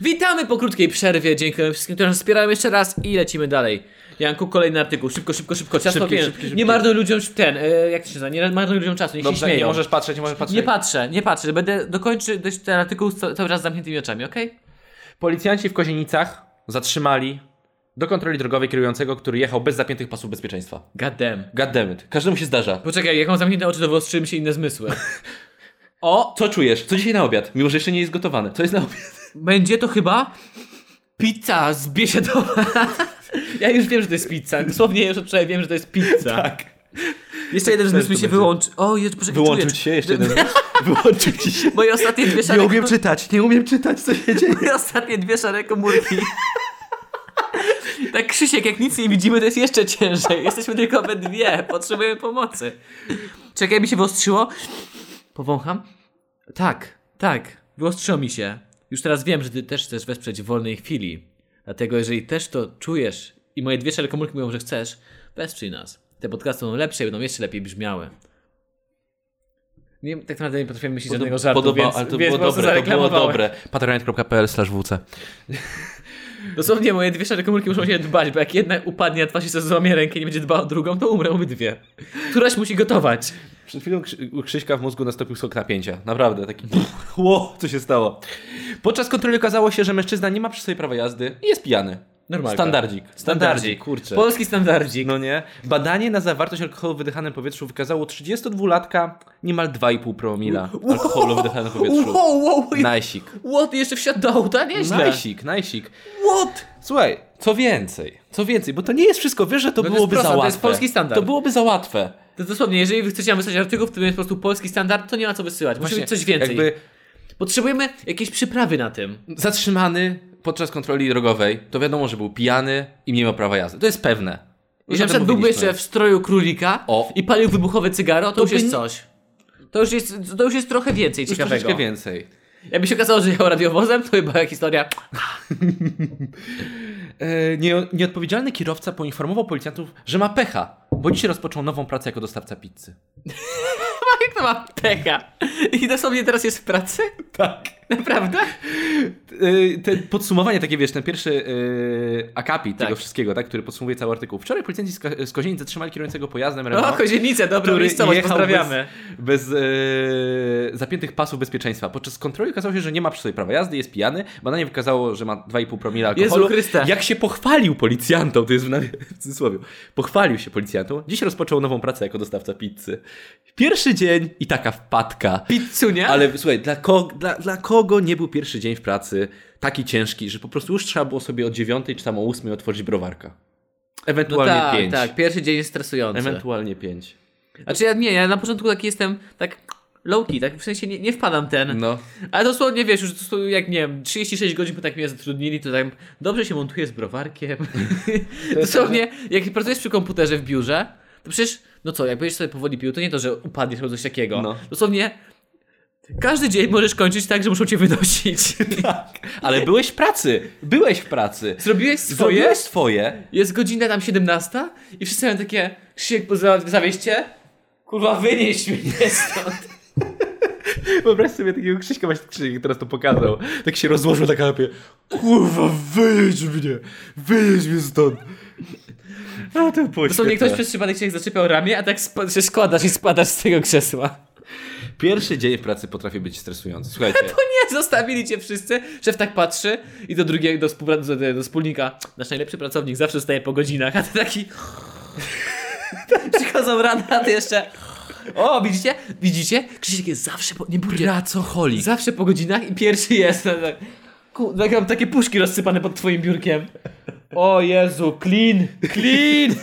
Witamy po krótkiej przerwie. Dziękujemy wszystkim, którzy nas wspierają jeszcze raz i lecimy dalej. Janku, kolejny artykuł. Szybko, szybko, szybko. Ciasto
Szybki,
pieniędzy.
szybki, szybki.
Nie marnuj ludziom ten, e, jak to się nazywa, nie marnuj ludziom czasu, niech się śmieją.
nie możesz patrzeć, nie możesz patrzeć.
Nie patrzę, nie patrzę. Będę dokończył dość ten artykuł z ca- cały czas z zamkniętymi oczami, okej?
Policjanci w Kozienicach zatrzymali do kontroli drogowej kierującego, który jechał bez zapiętych pasów bezpieczeństwa.
Gadem.
Goddammit, każdemu się zdarza.
Poczekaj, jak mam zamknięte oczy, to wyostrzyły mi się inne zmysły.
O, co czujesz? Co dzisiaj na obiad? Mimo, że jeszcze nie jest gotowane. Co jest na obiad?
Będzie to chyba pizza z biesiadowa. ja już wiem, że to jest pizza. Dosłownie już od wczoraj wiem, że to jest pizza.
Tak.
Jeszcze jeden
też
zmysł mi
to będzie.
się wyłączy. O, jeszcze poczekaj,
Wyłączył
czuję-
ci się jeszcze jeden. Wyłączył ci się.
Moje ostatnie dwie szare...
Nie umiem czytać, nie umiem czytać, co się dzieje.
Moje ostatnie dwie szare komórki. Tak, Krzysiek, jak nic nie widzimy, to jest jeszcze ciężej. Jesteśmy tylko we dwie. Potrzebujemy pomocy. Czekaj, mi się wyostrzyło. Powącham? Tak, tak. Wyostrzyło mi się. Już teraz wiem, że ty też chcesz wesprzeć w wolnej chwili. Dlatego, jeżeli też to czujesz i moje dwie szare komórki mówią, że chcesz, wesprzyj nas. Te podcasty są lepsze i będą jeszcze lepiej brzmiały. Nie, tak naprawdę nie potrafię myśleć żadnego żartu,
Podoba,
więc,
ale to
więc
było
po prostu
dobre, to było
zareklamowałem.
dobre. patronite.pl wc.
Dosłownie moje dwie szare komórki muszą się dbać, bo jak jedna upadnie, a twarz się złamie rękę i nie będzie dbała o drugą, to umrą obydwie. Któraś musi gotować.
Przed chwilą Krzy- u Krzyśka w mózgu nastąpił skok napięcia. Naprawdę, taki ło, co się stało. Podczas kontroli okazało się, że mężczyzna nie ma przy sobie prawa jazdy i jest pijany.
Normalka.
Standardzik. Standardzik, kurczę.
Polski standardzik.
No nie. Badanie na zawartość alkoholu w wydychanym powietrzu wykazało 32-latka niemal 2,5 promila alkoholu w wydychanym powietrzu.
Wow, wow, wow.
Najsik.
What? Jeszcze wsiadł do auta? Nieźle.
Najsik, najsik.
What?
Słuchaj, co więcej, co więcej, bo to nie jest wszystko, wiesz, że to
No to jest
byłoby
proste,
za
to
łatwe.
jest polski standard.
To byłoby za łatwe.
To dosłownie, jeżeli wy chcecie nam wysłać artykuł, w którym jest po prostu polski standard, to nie ma co wysyłać. Musi być coś więcej.
Jakby
Potrzebujemy jakiejś przyprawy na tym.
zatrzymany podczas kontroli drogowej, to wiadomo, że był pijany i nie miał prawa jazdy. To jest pewne. Już
Jeżeli na
o tym
przykład byłby
mówiliśmy.
jeszcze w stroju królika
O.
i palił wybuchowe cygaro, to, już
by
jest
nie-
coś. To już jest, to już jest trochę więcej
Już
ciekawego.
troszeczkę więcej.
Jakby się okazało, że jechał radiowozem, to chyba historia.
E, nie, nieodpowiedzialny kierowca poinformował policjantów, że ma pecha, bo dzisiaj rozpoczął nową pracę jako dostawca pizzy.
Jak to ma pecha? I dosłownie teraz jest w pracy?
Tak.
Naprawdę?
E, Te podsumowanie takie, wiesz, ten pierwszy e, akapit
Tak.
tego wszystkiego, tak, który podsumowuje cały artykuł. Wczoraj policjanci z, Ka- z Kozienic zatrzymali kierującego pojazdem
O,
Renault,
kozienice, dobra
No. który
miejscowość,
jechał
pozdrawiamy.
bez, bez e, zapiętych pasów bezpieczeństwa. Podczas kontroli okazało się, że nie ma przy sobie prawa jazdy, jest pijany. Badanie wykazało, że ma 2,5 promila alkoholu.
Jezu Chryste.
Jak się pochwalił policjantom, to jest w, nawie- w cudzysłowie, pochwalił się policjantom. Dziś rozpoczął nową pracę jako dostawca pizzy. Pierwszy dzień i taka wpadka.
Pizzunia?
Ale słuchaj, dla, ko- dla, dla kogo nie był pierwszy dzień w pracy taki ciężki, że po prostu już trzeba było sobie o 9 czy tam o 8 otworzyć browarka?
no
Ewentualnie
tak,
5.
tak, pierwszy dzień jest stresujący.
Ewentualnie 5.
Znaczy ja nie, ja na początku taki jestem tak low-key, tak w sensie nie, nie wpadam ten.
No.
Ale dosłownie wiesz, już dosłownie, jak nie wiem, 36 godzin, bo tak mnie zatrudnili, to tak dobrze się montuje z browarkiem. dosłownie, jak pracujesz przy komputerze w biurze, to przecież, no co, jak będziesz sobie powoli pił, to nie to, że upadniesz albo coś takiego.
No.
Dosłownie, każdy dzień możesz kończyć tak, że muszą cię wynosić.
Tak. Ale byłeś w pracy. Byłeś w pracy.
Zrobiłeś swoje?
Zrobiłeś swoje.
Jest godzina tam 17 i wszyscy mają takie Krzysiek, poza- zawieźcie? Kurwa, wynieś mnie stąd.
Wyobraź sobie takiego Krzyśka, właśnie tak Krzysiek teraz to pokazał. Tak się rozłożył na kanapie. Kurwa, wyjedź mnie. Wyjedź mnie stąd. A to
Dosłownie ktoś przez przypadek się zaczepiał ramię, a tak spa- się składasz i spadasz z tego krzesła.
Pierwszy dzień w pracy potrafi być stresujący. Słuchajcie.
Bo nie, zostawili cię wszyscy. Szef tak patrzy i do drugiego, do, współprac- do, do wspólnika. Nasz najlepszy pracownik zawsze staje po godzinach, a ty taki... Przychodzą rano, a ty jeszcze... O, widzicie? Widzicie? Krzysiek jest zawsze po... Nie budzie.
Pracoholik.
Zawsze po godzinach i pierwszy jest. No tak. Ku- tak mam takie puszki rozsypane pod twoim biurkiem. O Jezu, clean, clean!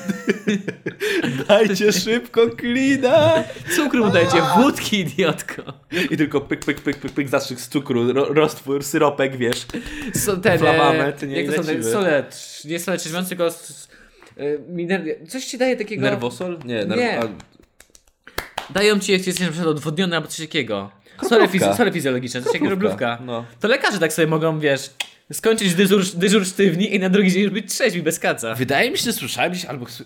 Dajcie szybko klina.
Cukru mu dajcie, wódki, idiotko.
I tylko pyk, pyk, pyk, pyk, pyk, zastrzyk z cukru, ro, roztwór, syropek, wiesz.
So, ten,
Flamament,
e,
nie,
jak to są te
lecimy.
sole, trz- nie sole trzeźwiące, tylko s- s- e, miner- coś ci daje takiego...
Nerwosol? Nie, nerw...
Nie.
A,
Dają ci, jak jesteś na przykład odwodniony albo coś takiego. Sole,
Kroplówka.
fizy- sole fizjologiczne, coś takiego
Kroplówka,
kroplówka.
no.
To lekarze tak sobie mogą, wiesz, skończyć dyżur, dyżur sztywni i na drugi dzień już być trzeźwi bez kaca.
Wydaje mi się, że słyszałem gdzieś albo s-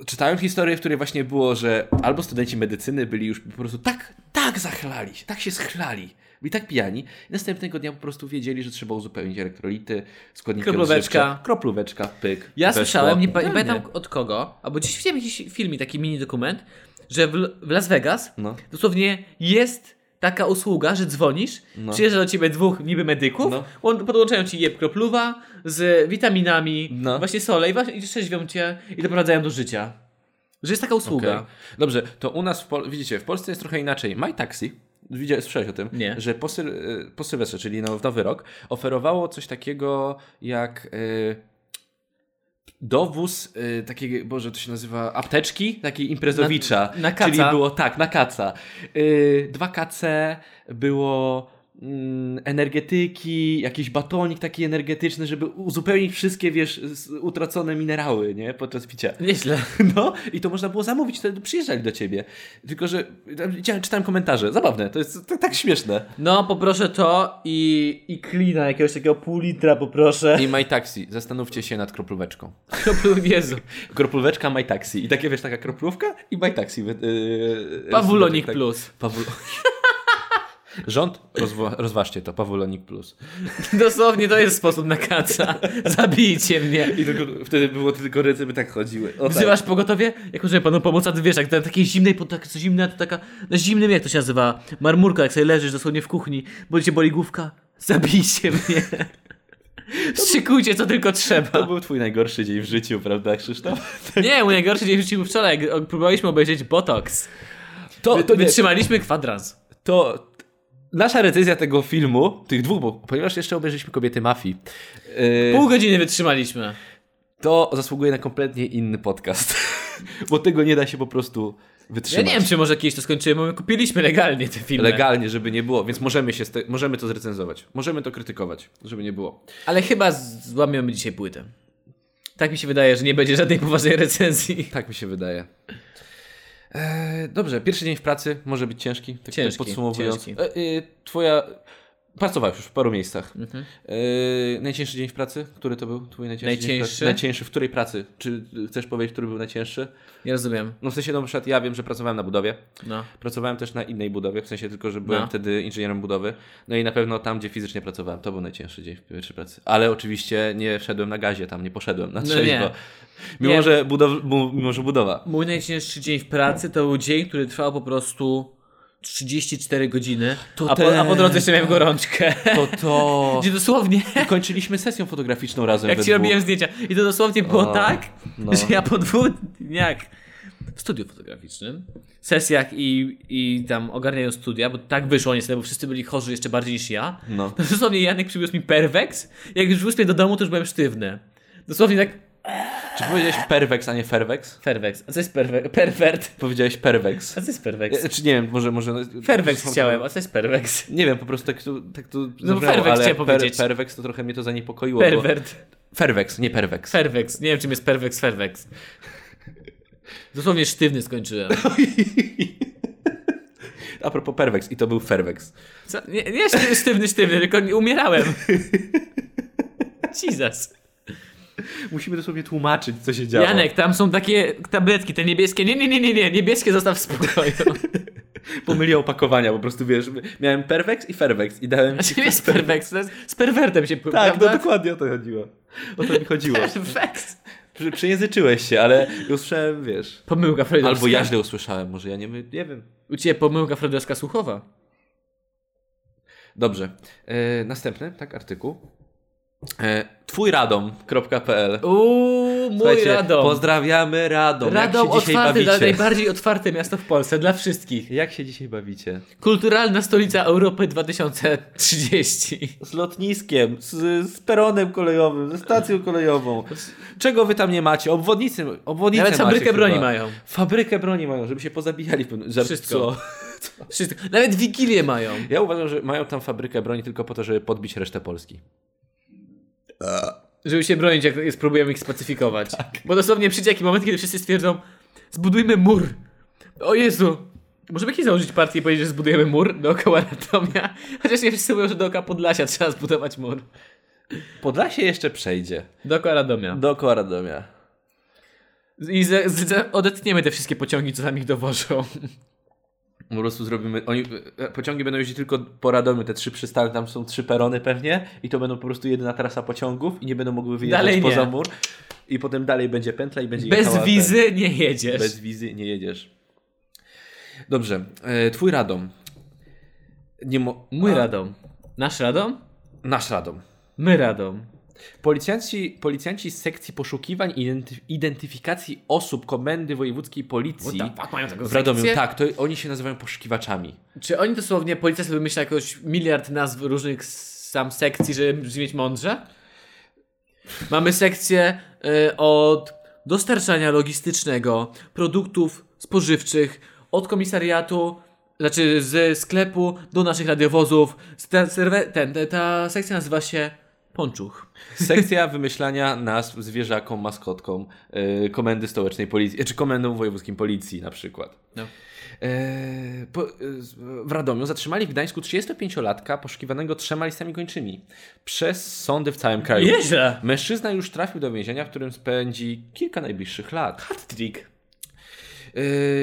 e, czytałem historię, w której właśnie było, że albo studenci medycyny byli już po prostu tak, tak zachlali, się, tak się schlali, byli tak pijani. I następnego dnia po prostu wiedzieli, że trzeba uzupełnić elektrolity, składniki
Kroplóweczka.
odżywcze. Kroplóweczka, pyk.
Ja
weszło.
słyszałem, nie, pa- nie
Pewnie.
pamiętam od kogo, albo gdzieś widziałem jakiś film, taki mini dokument, że w, L- w Las Vegas
No.
dosłownie jest taka usługa, że dzwonisz, przyjeżdża do ciebie dwóch niby medyków,
No.
on, podłączają ci jeb kropluwa z witaminami,
No.
właśnie sole i właśnie i trzeźwią cię i doprowadzają do życia. Że jest taka usługa.
Okej. Dobrze, to u nas, w Pol- widzicie, w Polsce jest trochę inaczej. My Taxi, widziałeś, słyszałeś o tym,
Nie.
że po, syl- y, po Sylwestrze, czyli no, w Nowy Rok, oferowało coś takiego jak y, dowóz y, takiego, boże, to się nazywa apteczki, takiej imprezowicza.
Na- na kaca.
Czyli było, tak, na kaca. Y, dwa kace, było mm, energetyki, jakiś batonik taki energetyczny, żeby uzupełnić wszystkie, wiesz, s- utracone minerały, nie, podczas picia.
Nieźle.
No i to można było zamówić, wtedy przyjeżdżali do ciebie. Tylko, że tam czytałem- czytałem komentarze, zabawne, to jest tak, tak śmieszne.
No, poproszę to i, i klina jakiegoś takiego pół litra poproszę.
I My Taxi, zastanówcie się nad kroplóweczką.
Kroplu, Jezu.
Kroplóweczka My Taxi. I takie, wiesz, taka kroplówka i My Taxi. Yy, yy,
Pawulonik
tak-
plus.
Pawul- Rząd, rozwa- rozważcie to, Pawulonik Plus.
Dosłownie to jest sposób na kaca. Zabijcie mnie.
I tylko, wtedy było tylko ręce by tak chodziły. O, tak.
Wzywasz pogotowie? Jak możemy panu pomóc? A ty wiesz, jak na takiej zimnej, po tak, co zimna, to taka, na zimnym, jak to się nazywa, marmurka, jak sobie leżysz dosłownie w kuchni, bo cię boli główka, zabijcie mnie. Szykujcie, co tylko
To
trzeba.
był twój najgorszy dzień w życiu, prawda Krzysztof?
Nie, mój najgorszy dzień w życiu był wczoraj, jak o- próbowaliśmy obejrzeć Botox.
To,
To Wytrzymaliśmy kwadrans.
to nasza recenzja tego filmu, tych dwóch, bo ponieważ jeszcze obejrzeliśmy Kobiety Mafii, yy,
Pół godziny wytrzymaliśmy.
to zasługuje na kompletnie inny podcast. Bo tego nie da się po prostu
Ja
wytrzymać.
nie wiem, czy może kiedyś to skończymy, bo my kupiliśmy legalnie te filmy.
Legalnie, żeby nie było, więc możemy, się ste- możemy to zrecenzować. Możemy to krytykować, żeby nie było.
Ale chyba z- złamiemy dzisiaj płytę. Tak mi się wydaje, że nie będzie żadnej poważnej recenzji.
Tak mi się wydaje. Eee, dobrze, pierwszy dzień w pracy może być ciężki. Tak
Ciężki,
podsumowując.
ciężki.
E, e, twoja. Pracowałeś już w paru miejscach.
Mhm.
E, najcięższy dzień w pracy? Który to był? Twój najcięższy? Dzień w,
Najcięższy?
pracy? najcięższy. W której pracy? Czy y, chcesz powiedzieć, który był najcięższy?
Nie rozumiem.
No w sensie, no, na przykład ja wiem, że pracowałem na budowie.
No.
Pracowałem też na innej budowie, w sensie tylko, że byłem
No.
wtedy inżynierem budowy. No i na pewno tam, gdzie fizycznie pracowałem, to był najcięższy dzień w pierwszej pracy. Ale oczywiście nie wszedłem na gazie tam, nie poszedłem na
No
trzeźwo.
nie.
Mimo,
Nie.
Że budow- mu- mimo, że budowa.
Mój najcięższy dzień w pracy to był dzień, który trwał po prostu 34 godziny, a, po, a po
ten.
drodze jeszcze miałem gorączkę.
To to...
Gdzie dosłownie,
Kończyliśmy sesją fotograficzną razem
jak
we
ci
dwóch.
robiłem zdjęcia. I to dosłownie było
O,
tak,
no.
że ja po dwóch dniach w studiu fotograficznym, sesjach i, i tam ogarniają studia, bo tak wyszło niestety, bo wszyscy byli chorzy jeszcze bardziej niż ja.
No.
To dosłownie Janek przywiózł mi perweks, jak już wróciłem do domu, to już byłem sztywny. Dosłownie tak
Czy powiedziałeś perweks, a nie ferweks?
Perweks. A co jest perwe- perwert?
Powiedziałeś perweks.
A co jest perweks?
E, Czy nie wiem, może... może
Perweks chciałem, a co jest perweks?
Nie wiem, po prostu tak tu... Tak tu zabrzmiało,
ferweks
ale
chciałem powiedzieć.
Perweks to trochę mnie to zaniepokoiło. bo-
Perwert.
Ferweks, nie perweks.
Ferweks. Nie wiem, czym jest perweks, ferweks. Dosłownie sztywny skończyłem.
A propos perweks, i to był ferweks.
Co? Nie, nie sztywny, sztywny, sztywny, tylko nie- umierałem. Jesus.
Musimy dosłownie tłumaczyć, co się działo.
Janek, tam są takie tabletki, te niebieskie. Nie, nie, nie, nie, nie. niebieskie zostaw w spokoju.
Pomyliłem opakowania, po prostu wiesz, miałem perweks i ferweks i dałem...
A czym jest perweks? To jest- Z perwertem się pływa,
Tak, no
Znaczy, prawda?
dokładnie o to chodziło. O to mi chodziło.
Perweks.
Przy, przyjęzyczyłeś się, ale usłyszałem, wiesz...
Pomyłka freudowska.
Albo ja źle usłyszałem, może ja nie, my- nie wiem.
U ciebie pomyłka freudowska słuchowa.
Dobrze. E, następny, tak, artykuł. E, twójradom.pl
Uuu, mój
Słuchajcie,
Radom.
Pozdrawiamy Radom.
Radom
Jak się dzisiaj
otwarty, dla-
bawicie?
najbardziej otwarte miasto w Polsce, dla wszystkich.
Jak się dzisiaj bawicie?
Kulturalna stolica Europy 2030.
Z lotniskiem, z, z peronem kolejowym, ze stacją kolejową. Czego wy tam nie macie? Obwodnicy, obwodnicę
Nawet
macie
fabrykę
chyba.
broni mają.
Fabrykę broni mają, żeby się pozabijali. w pewnym- Żart-
Wszystko.
co?
Wszystko. Nawet wigilię mają.
Ja uważam, że mają tam fabrykę broni tylko po to, żeby podbić resztę Polski.
Żeby się bronić, jak spróbujemy ich spacyfikować. Bo dosłownie przyjdzie taki moment, kiedy wszyscy stwierdzą, zbudujmy mur. O Jezu. Możemy kiedyś założyć partię i powiedzieć, że zbudujemy mur dookoła Radomia? Chociaż nie wszyscy mówią, że dookoła Podlasia trzeba zbudować mur.
Podlasie jeszcze przejdzie.
Dookoła Radomia.
Dookoła Radomia.
I ze, z- ze, odetniemy te wszystkie pociągi, co tam ich dowożą.
Po prostu zrobimy. Oni, e, pociągi będą jeździć tylko po Radomiu, te trzy przystanki, tam są trzy perony pewnie, i to będą po prostu jedyna trasa pociągów, i nie będą mogły wyjechać
Dalej nie.
poza mur. I potem dalej będzie pętla i będzie
Bez
jechała
wizy nie jedziesz.
Ten, bez wizy nie jedziesz. Dobrze, e, twój Radom. Nie mo-
Mój
a,
Radom. Nasz Radom?
Nasz Radom.
My Radom.
Policjanci, policjanci z sekcji poszukiwań i identy- identyfikacji osób Komendy Wojewódzkiej Policji
mają tego
w Radomiu. Tak, to oni się nazywają poszukiwaczami.
Czy oni dosłownie, policja sobie wymyśla jakoś miliard nazw różnych s- sam sekcji, żeby brzmieć mądrze? Mamy sekcję y, od dostarczania logistycznego, produktów spożywczych, od komisariatu, znaczy z sklepu do naszych radiowozów. S- Ta, serwe, ten, te- ta sekcja nazywa się Ponczuch.
Sekcja wymyślania nazw zwierzakom, maskotkom e, Komendy Stołecznej Policji, e, czy Komendą Wojewódzkim Policji na przykład.
No.
E, po, e, z- w Radomiu zatrzymali w Gdańsku 35-latka poszukiwanego trzema listami kończymi przez sądy w całym kraju.
Nieźle!
Mężczyzna już trafił do więzienia, w którym spędzi kilka najbliższych lat.
Hat-trick.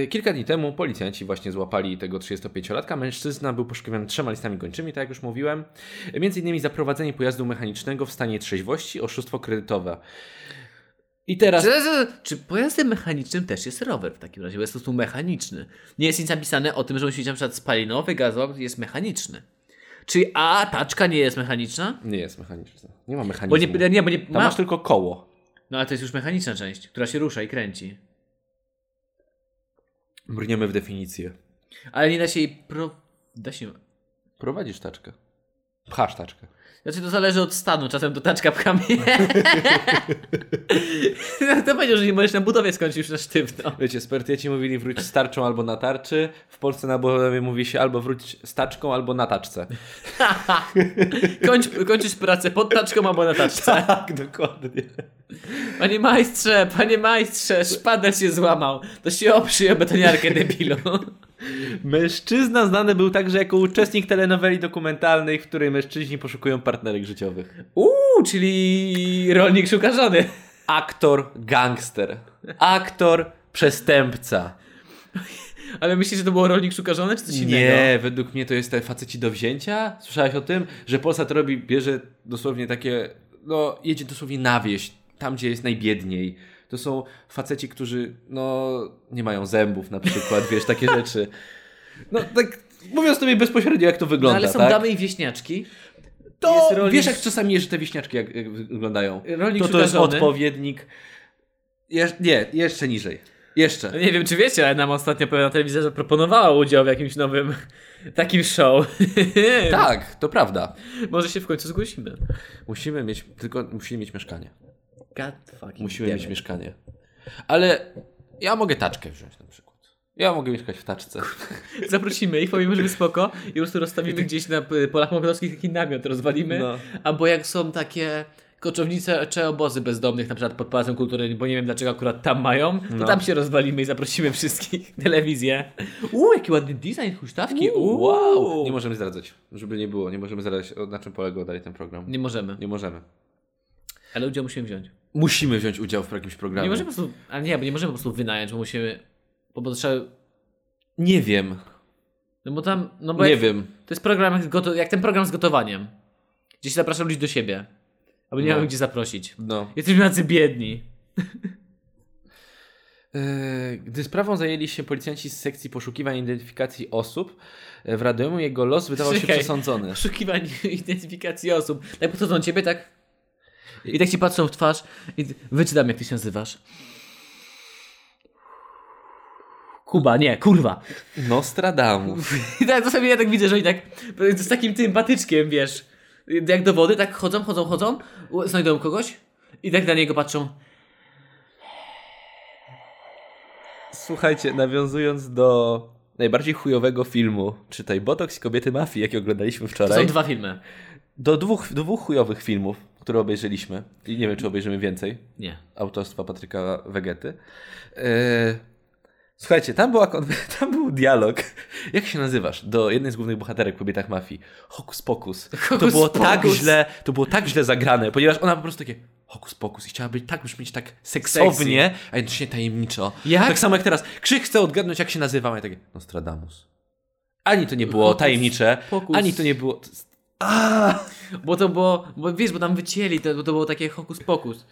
E, kilka dni temu policjanci właśnie złapali tego 35-latka. Mężczyzna był poszukiwany trzema listami kończymi, tak jak już mówiłem. E, Między innymi zaprowadzenie pojazdu mechanicznego w stanie trzeźwości, oszustwo kredytowe. I teraz...
Czy, czy pojazdem mechanicznym też jest rower w takim razie? Bo jest to tu mechaniczny. Nie jest nic napisane o tym, że musi być na przykład spalinowy gazowy jest mechaniczny. Czyli a taczka nie jest mechaniczna?
Nie jest mechaniczny. Nie ma
Bo
mechanizmu.
nie, nie, bo nie
Tam
ma.
masz tylko koło.
No ale to jest już mechaniczna część, która się rusza i kręci.
Brniemy w definicję.
Ale nie da się jej pro... Da się...
Prowadzisz taczkę. Pchasz taczkę.
Znaczy to zależy od stanu, czasem to taczka pcha mnie. no, to powiedział, że nie możesz na budowie skończyć już na sztywno.
Wiecie, spertieci mówili wróć z tarczą albo na tarczy. W Polsce na Bolewie mówi się albo wróć z taczką, albo na taczce.
Kończ, kończysz pracę pod taczką albo na taczce.
tak, dokładnie.
Panie majstrze, panie majstrze, szpadel się złamał. To się oprzyj o betoniarkę, debilu.
Mężczyzna znany był także jako uczestnik telenoweli dokumentalnej, w której mężczyźni poszukują partnerek życiowych.
Uuu, czyli rolnik szuka żony.
Aktor, gangster. Aktor, przestępca.
Ale myślisz, że to było rolnik szuka żony, czy coś innego?
Nie, według mnie to jest te faceci do wzięcia. Słyszałaś o tym, że Polsat robi, bierze dosłownie takie, no jedzie dosłownie na wieś, tam gdzie jest najbiedniej. To są faceci, którzy no nie mają zębów na przykład, wiesz, takie rzeczy. No tak mówiąc tobie bezpośrednio jak to
No,
wygląda,
ale są
tak?
damy i wieśniaczki.
To
Jest rolnik-
wiesz, jak czasami jeszcze te wieśniaczki jak, jak wyglądają.
Rolnik
to
szuka
to jest
żony.
odpowiednik. Jeż, nie, jeszcze niżej. Jeszcze.
No Nie wiem, czy wiecie, ale nam ostatnio pewna telewizja zaproponowała udział w jakimś nowym takim show.
Tak, to prawda.
Może się w końcu zgłosimy.
Musimy mieć, tylko musimy mieć mieszkanie.
God fucking
Musimy
damn
mieć
it.
mieszkanie. Ale ja mogę taczkę wziąć na przykład. Ja mogę mieszkać w taczce.
Zaprosimy ich, powiemy, żeby spoko i po prostu rozstawimy gdzieś na y, polach mokroskich taki namiot, rozwalimy.
No.
Albo jak są takie koczownice czy obozy bezdomnych, na przykład pod Pałacem Kultury, bo nie wiem dlaczego akurat tam mają,
No.
to tam się rozwalimy i zaprosimy wszystkich. Telewizję. Uuu, jaki ładny design huśtawki. Uuu.
Wow!
Nie możemy zdradzać, żeby nie było. Nie możemy zdradzać, o- na czym polegał dalej ten program.
Nie możemy,
Nie możemy.
ale udział musimy wziąć.
Musimy wziąć udział w jakimś programie.
Nie możemy po prostu, a nie, bo nie możemy po prostu wynająć, bo musimy, bo, bo trzeba,
Nie wiem.
no bo tam, no bo
Nie
jak,
wiem.
to jest program jak, goto- jak ten program z gotowaniem, gdzie się zaprasza ludzi do siebie, albo nie
No.
mamy gdzie zaprosić.
No.
Jesteśmy tacy biedni.
Eee, Gdy sprawą zajęli się policjanci z sekcji poszukiwań i identyfikacji osób, e, w Radomiu jego los wydawał się
Czekaj.
przesądzony.
Poszukiwanie identyfikacji osób. Tak podchodzą do ciebie, tak? I tak ci patrzą w twarz i ty- wyczytam, jak ty się nazywasz. Kuba, nie, kurwa.
Nostradamus.
I tak czasami ja tak widzę, że oni tak z takim tym patyczkiem, wiesz, jak do wody, tak chodzą, chodzą, chodzą, u- znajdą kogoś i tak na niego patrzą.
Słuchajcie, nawiązując do najbardziej chujowego filmu, czytaj Botox i kobiety mafii, jaki oglądaliśmy
To są
wczoraj.
dwa filmy.
Do dwóch, dwóch chujowych filmów, które obejrzeliśmy. I nie wiem, czy obejrzymy więcej.
Nie.
autorstwa Patryka Wegety. E, Słuchajcie, tam, była, kon- tam był dialog. Jak się nazywasz? Do jednej z głównych bohaterek w kobietach mafii. Hokus pokus. to
Hokus
było tak
pokus.
źle, to było tak źle zagrane, ponieważ ona po prostu takie hokus pokus i chciała być tak brzmieć tak seksownie, a jednocześnie tajemniczo.
Jak?
Tak samo jak teraz. Krzyk chce odgadnąć, jak się nazywam, a ja takie Nostradamus. Ani to nie było
Hokus
tajemnicze,
pokus.
ani to nie było...
Bo to było, bo wiesz, bo tam wycięli, to, bo to było takie hokus pokus.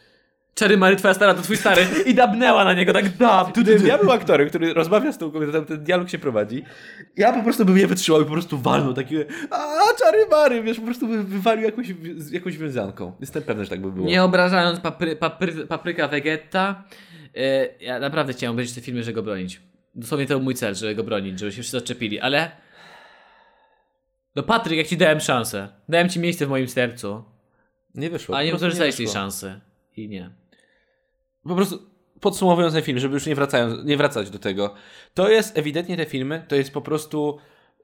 Czary Mary, twoja stara, to twój stary. I dabnęła na niego tak dab. Du, du, du.
Ja był aktorem, który rozmawia z tą kobietą, ten dialog się prowadzi. Ja po prostu bym nie wytrzymał i po prostu walnął takie a czary mary, wiesz, po prostu bym wywalił jakąś, z jakąś wiązanką. Jestem pewny, że tak by było.
Nie obrażając papry, papry, papryka Vegeta, e, ja naprawdę chciałem obejrzeć te filmy, żeby go bronić. Dosłownie to był mój cel, żeby go bronić, żeby się wszyscy zaczepili, ale... No Patryk, jak ci dałem szansę. Dałem ci miejsce w moim sercu,
nie wyszło.
a
po
nie
prostu
wykorzystałeś tej
wyszło.
szansy. I nie.
Po prostu podsumowując ten film, żeby już nie, wracają, nie wracać do tego. To jest ewidentnie te filmy, to jest po prostu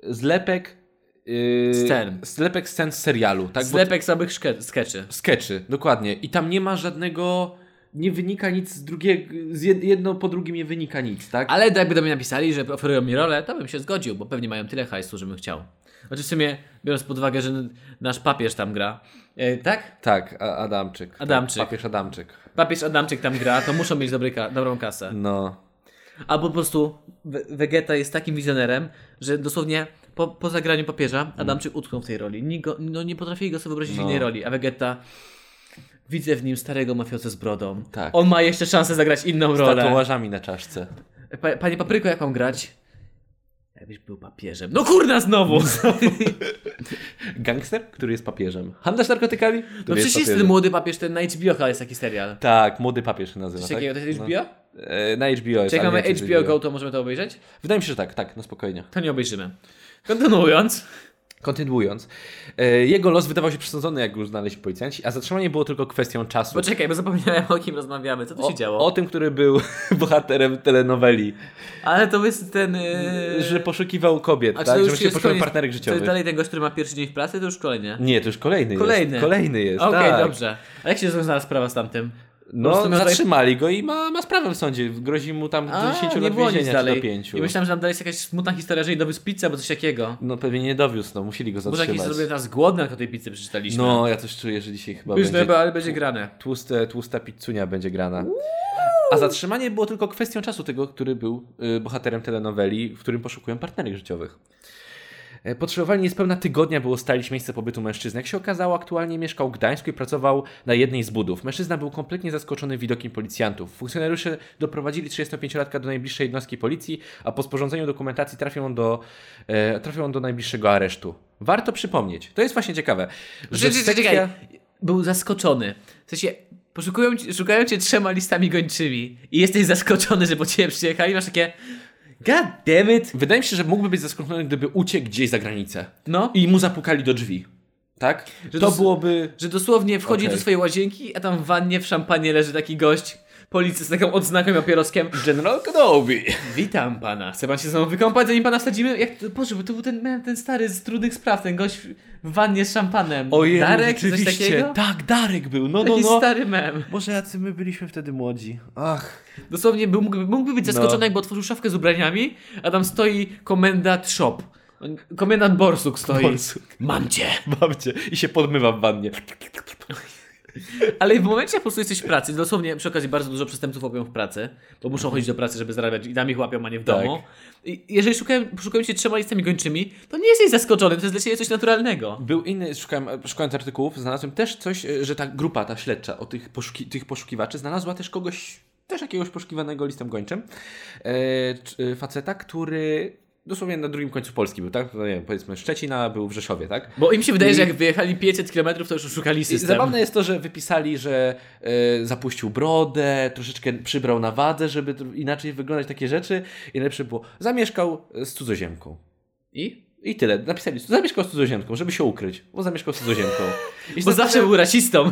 zlepek yy,
Scen.
Zlepek scen z serialu, tak? Bo-
Zlepek samych szke- skeczy.
Skeczy, dokładnie. I tam nie ma żadnego. Nie wynika nic z drugiego. Z jed, jedno po drugim nie wynika nic, tak?
Ale jakby do mnie napisali, że oferują mi rolę, to bym się zgodził, bo pewnie mają tyle hajsu, żebym chciał. Znaczy w sumie, biorąc pod uwagę, że n- nasz papież tam gra, e, tak?
Tak, A- Adamczyk.
Adamczyk.
Tak, papież Adamczyk.
Papież Adamczyk tam gra, to muszą mieć dobry ka- dobrą kasę.
No.
Albo po prostu We- Vegeta jest takim wizjonerem, że dosłownie po, po zagraniu papieża Adamczyk utknął w tej roli. Nikt go, Mm. no nie potrafili go sobie wyobrazić w innej roli, a Vegeta widzę w nim starego mafiozę z brodą.
Tak.
On ma jeszcze szansę zagrać inną
Z
rolę.
tatuażami tak na czaszce.
Pa, panie Papryko, jaką grać? Jakbyś był papieżem. No kurna znowu! No
Gangster, który jest papieżem. Handlarz narkotykami? Który
No przecież jest No ten młody papież, ten na HBO chyba jest taki serial.
Tak, młody papież się nazywa.
Coś
tak?
takiego, to jest
No.
HBO?
E, na HBO jest.
Czy jak
ale
mamy
nie wiem, czy
HBO Go, to możemy to obejrzeć?
Wydaje mi się, że tak, tak, no spokojnie.
To nie obejrzymy. Kontynuując.
Kontynuując. E, jego los wydawał się przesądzony, jak go znaleźli policjanci, a zatrzymanie było tylko kwestią czasu.
Poczekaj, bo zapomniałem o kim rozmawiamy. Co tu się
o,
działo?
o tym, który był bohaterem telenoweli.
Ale to jest ten... Yy...
Że poszukiwał kobiet,
A czy to
tak?
już
Że się
jest
poszukiwał
koniec-
partnerek
To jest
życiowych.
dalej ten gość, który ma pierwszy dzień w pracy? To już kolejnie.
Nie, to już kolejny,
Kolejny.
jest. Kolejny jest.
Okej,
tak.
dobrze. A jak się rozwiązała sprawa z tamtym? Po prostu
No,
miał tutaj-
zatrzymali go i ma, ma sprawę w sądzie. Grozi mu tam do 10 lat więzienia, czy do 5.
I myślałem, że tam dalej jest jakaś smutna historia, że nie dowiózł pizzy albo coś takiego.
No pewnie nie dowiózł, no musieli go
Może
zatrzymać.
jakiś zrobił nas głodny, jak o tej pizzy przeczytaliśmy.
No, ja coś czuję, że dzisiaj chyba
Już
będzie
chyba, ale będzie grane.
tłuste, tłusta pizzunia będzie grana. A zatrzymanie było tylko kwestią czasu tego, który był y, bohaterem telenoweli, w którym poszukują partnerek życiowych. E, Potrzebowali niespełna tygodnia, by ustalić miejsce pobytu mężczyzny. Jak się okazało, aktualnie mieszkał w Gdańsku i pracował na jednej z budów. Mężczyzna był kompletnie zaskoczony widokiem policjantów. Funkcjonariusze doprowadzili 35-latka do najbliższej jednostki policji, a po sporządzeniu dokumentacji trafił on do, e, trafił on do najbliższego aresztu. Warto przypomnieć, to jest właśnie ciekawe, że
Czekaj, czekaj, czekaj. Był zaskoczony. W sensie, poszukują ci, szukają cię trzema listami gończymi i jesteś zaskoczony, że po ciebie przyjechali. Masz takie... God damn it!
Wydaje mi się, że mógłby być zaskoczony, gdyby uciekł gdzieś za granicę
No.
i mu zapukali do drzwi. tak?
Że
to
dos-
byłoby...
Że dosłownie wchodzi
Okej.
do swojej łazienki, a tam w wannie w szampanie leży taki gość. Policja z taką odznaką papieroskiem.
General Kenobi.
Witam pana. Chce pan się ze mną wykąpać, zanim pana wsadzimy? Jak to, Boże, bo to był ten, miałem ten stary z trudnych spraw, ten gość w wannie z szampanem. Darek, coś
no rzeczywiście.
takiego?
Tak, Darek był, no, no,
Taki
no.
stary mem.
Boże, jacy my byliśmy wtedy młodzi. Ach.
Dosłownie był, mógłby, mógłby być
No.
zaskoczony, jakby otworzył szafkę z ubraniami, a tam stoi komendant Shop. Komendant Borsuk stoi.
Borsuk.
Mam cię.
Babcie. I się podmywa w wannie.
Ale w momencie, jak po prostu jesteś w pracy, dosłownie przy okazji bardzo dużo przestępców łapią w pracy, bo muszą chodzić do pracy, żeby zarabiać i tam ich łapią, a nie w
Tak.
domu. I jeżeli szukają, szukają cię trzema listami gończymi, to nie jesteś zaskoczony, to jest dla ciebie coś naturalnego.
Był inny, szukałem, szukając artykułów, znalazłem też coś, e, że ta grupa, ta śledcza o tych, poszuki, tych poszukiwaczy znalazła też kogoś, też jakiegoś poszukiwanego listem gończym, e, c- e, faceta, który dosłownie na drugim końcu Polski był, tak? No nie wiem, powiedzmy Szczecina, był w Rzeszowie, tak?
Bo im się wydaje, że jak wyjechali 500 km, to już szukali
I
system.
zabawne jest to, że wypisali, że e, zapuścił brodę, troszeczkę przybrał na wadze, żeby tr- inaczej wyglądać takie rzeczy. I najlepsze było, zamieszkał e, z cudzoziemką.
I?
I tyle. Napisali, zamieszkał z cudzoziemką, żeby się ukryć, bo zamieszkał z cudzoziemką. I
Bo zawsze był rasistą,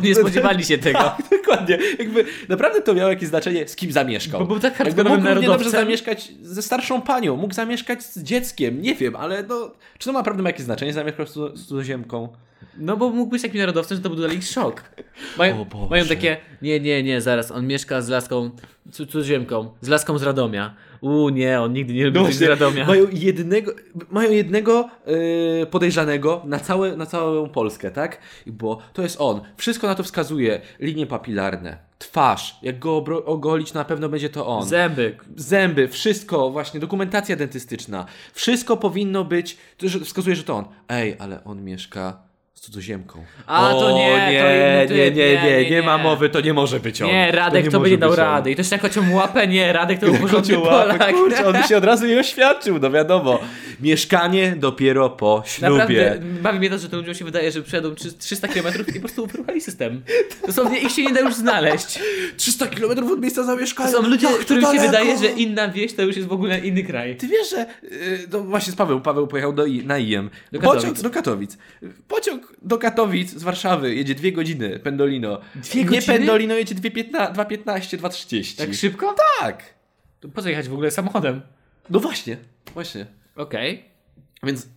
nie spodziewali się tego.
Tak, dokładnie. Jakby naprawdę to miało jakieś znaczenie, z kim zamieszkał.
Bo był tak
Jakby
hardkorowym
mógł równie dobrze
narodowcem.
zamieszkać ze starszą panią, mógł zamieszkać z dzieckiem, nie wiem, ale no, czy to ma naprawdę ma jakieś znaczenie, zamieszkał z cudzo- z cudzoziemką?
No bo mógł być takim narodowcem, że to był dla nich szok. Mają,
O Boże.
mają takie, nie, nie, nie, zaraz, on mieszka z laską, cu- cudzoziemką, z laską z Radomia. U nie, on nigdy nie lubił być z
No właśnie,
Radomia.
Mają jednego, mają jednego yy, podejrzanego na, całe, na całą Polskę, tak? I Bo to jest on. Wszystko na to wskazuje. Linie papilarne, twarz, jak go obro- ogolić, na pewno będzie to on.
Zęby.
Zęby, wszystko, właśnie, dokumentacja dentystyczna. Wszystko powinno być, to, że wskazuje, że to on. Ej, ale on mieszka z cudzoziemką.
A, to
O,
nie, to
nie,
inny typ,
nie, nie, nie,
nie,
nie,
nie.
ma mowy, to nie może być on.
Nie, Radek to,
może
by nie dał
być on.
rady. I też tak kocią łapę, nie, Radek to był porządny
Kocioł łapy,
Polak.
kurczę, on by się od razu jej oświadczył, no wiadomo. Mieszkanie dopiero po ślubie.
Naprawdę, bawi mnie to, że tym ludziom się wydaje, że przejdą trzy- 300 km i po prostu wyruchali system. Dosłownie ich się nie da już znaleść.
300 km od miejsca
To
zamieszkania.
są ludzie,
Jak to
którym się
daleko?
wydaje, że inna wieś to już jest w ogóle inny kraj.
Ty wiesz, że... y, No właśnie z Paweł. Paweł pojechał do, I- na IM.
Do Katowic.
Pociąg do Katowic. Pociąg do Katowic z Warszawy jedzie dwie godziny. Pendolino.
Dwie
Nie
godziny?
Pendolino jedzie dwie piętna- 2.15, 2.30.
Tak szybko?
tak.
To po co jechać w ogóle samochodem?
No właśnie. Właśnie.
Okej.
Więc...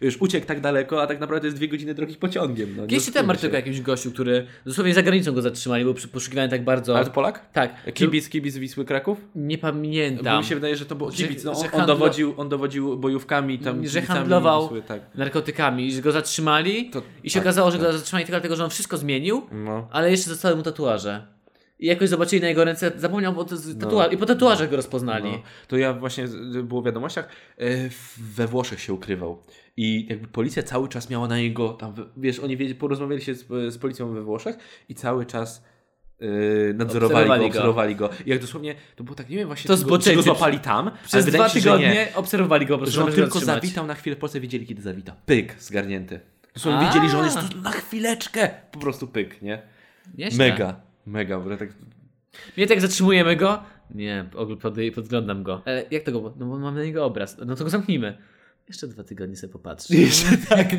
Już uciekł tak daleko, a tak naprawdę to jest dwie godziny drogi pociągiem. No,
Kiedyś
nie
ten
oszukujmy
artykuł o
się.
jakimś gościu, który dosłownie za granicą go zatrzymali, bo przy- poszukiwany tak bardzo.
Ale to Polak?
Tak.
Kibic, kibic Wisły Kraków?
Nie
Bo
pamiętam.
mi się wydaje, że to był kibic. No,
że
on,
handlo-
on, dowodził, on dowodził bojówkami tam.
że
kibicami
handlował
Wisły, tak.
narkotykami i że go zatrzymali
To-
i się
tak,
okazało, że go zatrzymali tylko dlatego, że on wszystko zmienił,
No.
ale jeszcze zostały mu tatuaże. I jakoś zobaczyli na jego ręce, zapomniał o tatua- i po tatuażach go rozpoznali.
No, to ja właśnie z- y, było w wiadomościach, e, w- we Włoszech się ukrywał. I jakby policja cały czas miała na niego tam, w- wiesz, oni wiedzieli, porozmawiali się z, z policją we Włoszech i cały czas e, nadzorowali
Obserwowali
go,
go.
obserwowali go. I jak dosłownie, to było tak, nie wiem właśnie,
To
czy go, czy
zboczenie.
go złapali tam, ale
Przez
wydaje mi
dwa
się, że nie.
tygodnie obserwowali go po prostu,
Że on
żeby go
tylko
zatrzymać.
zawitał na chwilę w Polsce, wiedzieli kiedy zawita. Pyk, zgarnięty. Dosłownie
A.
wiedzieli, że on jest tu na chwileczkę. Po prostu pyk, nie?
Nieźle.
Mega, mega, bo ja tak
Nie tak zatrzymujemy go? Nie, ogl- pod- podglądam go. Ale jak tego? No bo mamy na niego obraz. No to go zamknijmy. Jeszcze dwa tygodnie sobie popatrzy.
Jeszcze tak.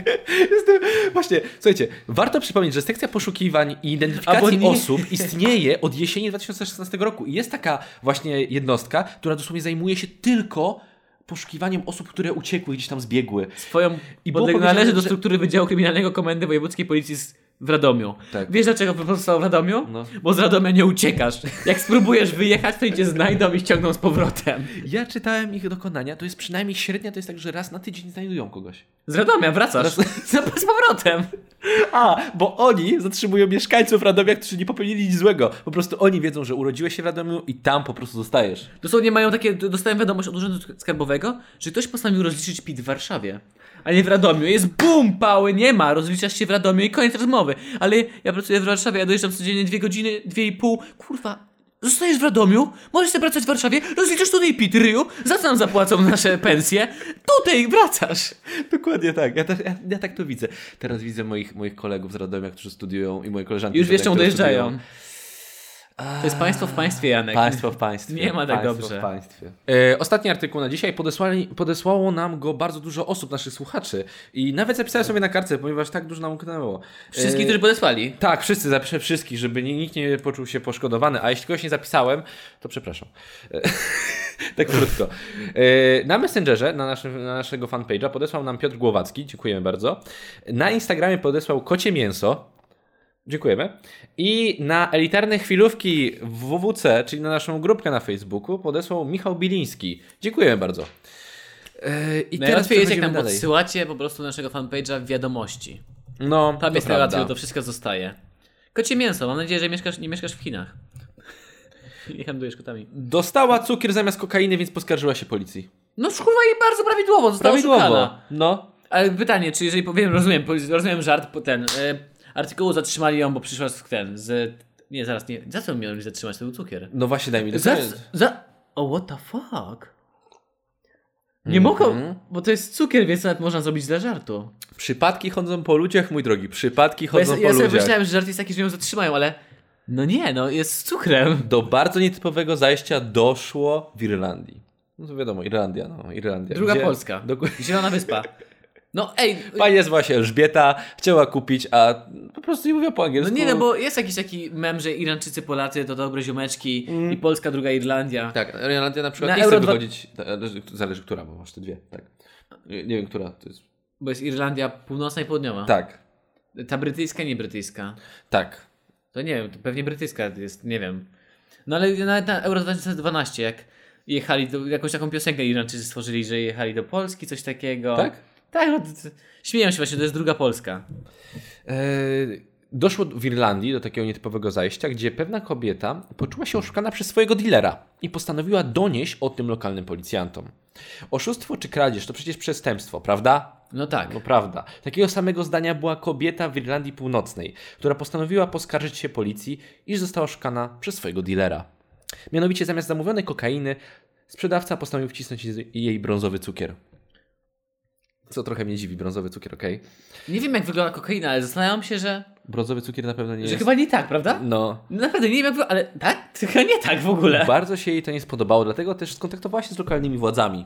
Jestem... Właśnie, słuchajcie, warto przypomnieć, że sekcja poszukiwań i
Albo
identyfikacji
nie.
osób istnieje od jesieni 2016 roku i jest taka właśnie jednostka, która dosłownie zajmuje się tylko poszukiwaniem osób, które uciekły, gdzieś tam zbiegły.
Twoją I
I było
należy
powiedziane,
do
że-
struktury Wydziału Kryminalnego Komendy Wojewódzkiej Policji z- w Radomiu.
Tak.
Wiesz dlaczego pozostał w Radomiu?
No.
Bo z Radomia nie uciekasz. Jak spróbujesz wyjechać, to cię znajdą i ściągną z powrotem.
Ja czytałem ich dokonania, to jest przynajmniej średnia, to jest tak, że raz na tydzień znajdują kogoś.
Z Radomia wracasz. Z, z powrotem.
A, bo oni zatrzymują mieszkańców Radomia, którzy nie popełnili nic złego. Po prostu oni wiedzą, że urodziłeś się w Radomiu i tam po prostu zostajesz.
Dosłownie mają takie, d- dostałem wiadomość od urzędu sk- skarbowego, że ktoś postanowił rozliczyć PIT w Warszawie, a nie w Radomiu. Jest bum, pały, nie ma, rozliczasz się w Radomiu i koniec rozmowy. Ale ja pracuję w Warszawie, ja dojeżdżam codziennie dwie godziny, dwie i pół, kurwa. Zostajesz w Radomiu, możesz sobie pracować w Warszawie, rozliczasz tutaj PIT, ryju, za co nam zapłacą nasze pensje, tutaj wracasz.
Dokładnie tak. Ja, też, ja, ja tak to widzę. Teraz widzę moich, moich kolegów z Radomia, którzy studiują i moje koleżanki.
Już
z
wiesz,
Radomia,
czemu
które
dojeżdżają.
studiują.
To jest państwo w państwie, Janek.
Państwo w państwie.
Nie ma tak
Państwo
dobrze.
W państwie. E, ostatni artykuł na dzisiaj podesłali, podesłało nam go bardzo dużo osób, naszych słuchaczy. I nawet zapisałem sobie na kartce, ponieważ tak dużo nam uknęło. E,
Wszystkich, którzy podesłali.
Tak, wszyscy, zapiszę wszystkich, żeby nie- nikt nie poczuł się poszkodowany, a jeśli kogoś nie zapisałem, to przepraszam. E, tak krótko. E, Na Messengerze, na, naszym, na naszego fanpage'a podesłał nam Piotr Głowacki, dziękujemy bardzo. Na Instagramie podesłał Kocie Mięso, dziękujemy. I na Elitarne Chwilówki w WWC, czyli na naszą grupkę na Facebooku, podesłał Michał Biliński, dziękujemy bardzo. E, I teraz
Najłatwiej jest, jak
przechodzimy
nam
dalej.
odsyłacie po prostu naszego fanpage'a wiadomości.
No,
Tam
to
jest najłatwiej,
prawda.
bo to wszystko zostaje. Kocie mięso, mam nadzieję, że mieszkasz, nie mieszkasz w Chinach. Nie handlujesz kotami.
Dostała cukier zamiast kokainy, więc poskarżyła się policji.
No kurwa i bardzo prawidłowo, została
Prawidłowo.
oszukana.
No.
Ale pytanie, czy jeżeli powiem, rozumiem, po- rozumiem żart, po ten, y, artykułu zatrzymali ją, bo przyszła z ten, z, nie, zaraz, nie, za co miałem zatrzymać, to był cukier.
No właśnie, daj mi
Za,
dokończyć.
za, o what the fuck? Nie
Mhm.
mogą, bo to jest cukier, więc nawet można zrobić dla żartu.
Przypadki chodzą po ludziach, mój drogi. Przypadki
Bo ja,
chodzą
ja
po
sobie
ludziach.
myślałem, że żart jest taki, że ją zatrzymają, ale no nie, no jest z cukrem.
Do bardzo nietypowego zajścia doszło w Irlandii. No to wiadomo, Irlandia, no, Irlandia.
Druga
Gdzie-
Polska.
Dokładnie.
Zielona wyspa. No ej,
Pani nazywała się Elżbieta, chciała kupić, a po prostu nie mówiła po
no
angielsku.
nie no, bo jest jakiś taki mem, że Irańczycy, Polacy to dobre ziomeczki i Polska, druga Irlandia.
Tak, Irlandia na przykład
Na
nie chce
Euro dwa-
wychodzić... Zależy, zależy która, bo masz te dwie, tak. Nie, nie wiem, która to jest.
Bo jest Irlandia północna i południowa.
Tak,
Ta brytyjska, nie brytyjska.
tak.
To nie wiem, to pewnie brytyjska jest, nie wiem. No ale nawet na Euro 2012, jak jechali, do, jakąś taką piosenkę Irańczycy stworzyli, że jechali do Polski, coś takiego.
Tak?
Tak, no, to, to, śmieją się właśnie, to jest druga Polska.
Eee, Doszło w Irlandii do takiego nietypowego zajścia, gdzie pewna kobieta poczuła się oszukana przez swojego dealera i postanowiła donieść o tym lokalnym policjantom. Oszustwo czy kradzież to przecież przestępstwo, prawda?
No tak.
No prawda. Takiego samego zdania była kobieta w Irlandii Północnej, która postanowiła poskarżyć się policji, iż została oszukana przez swojego dealera. Mianowicie zamiast zamówionej kokainy, sprzedawca postanowił wcisnąć jej brązowy cukier. Co trochę mnie dziwi, brązowy cukier, okej?
Nie wiem jak wygląda kokaina, ale zastanawiam się, że,
Brązowy cukier na pewno nie
że
jest...
chyba nie tak, prawda?
No,
No Naprawdę nie wiem jak wygląda, ale tak? Chyba nie tak w ogóle.
Bardzo się jej to nie spodobało, dlatego też skontaktowała się z lokalnymi władzami.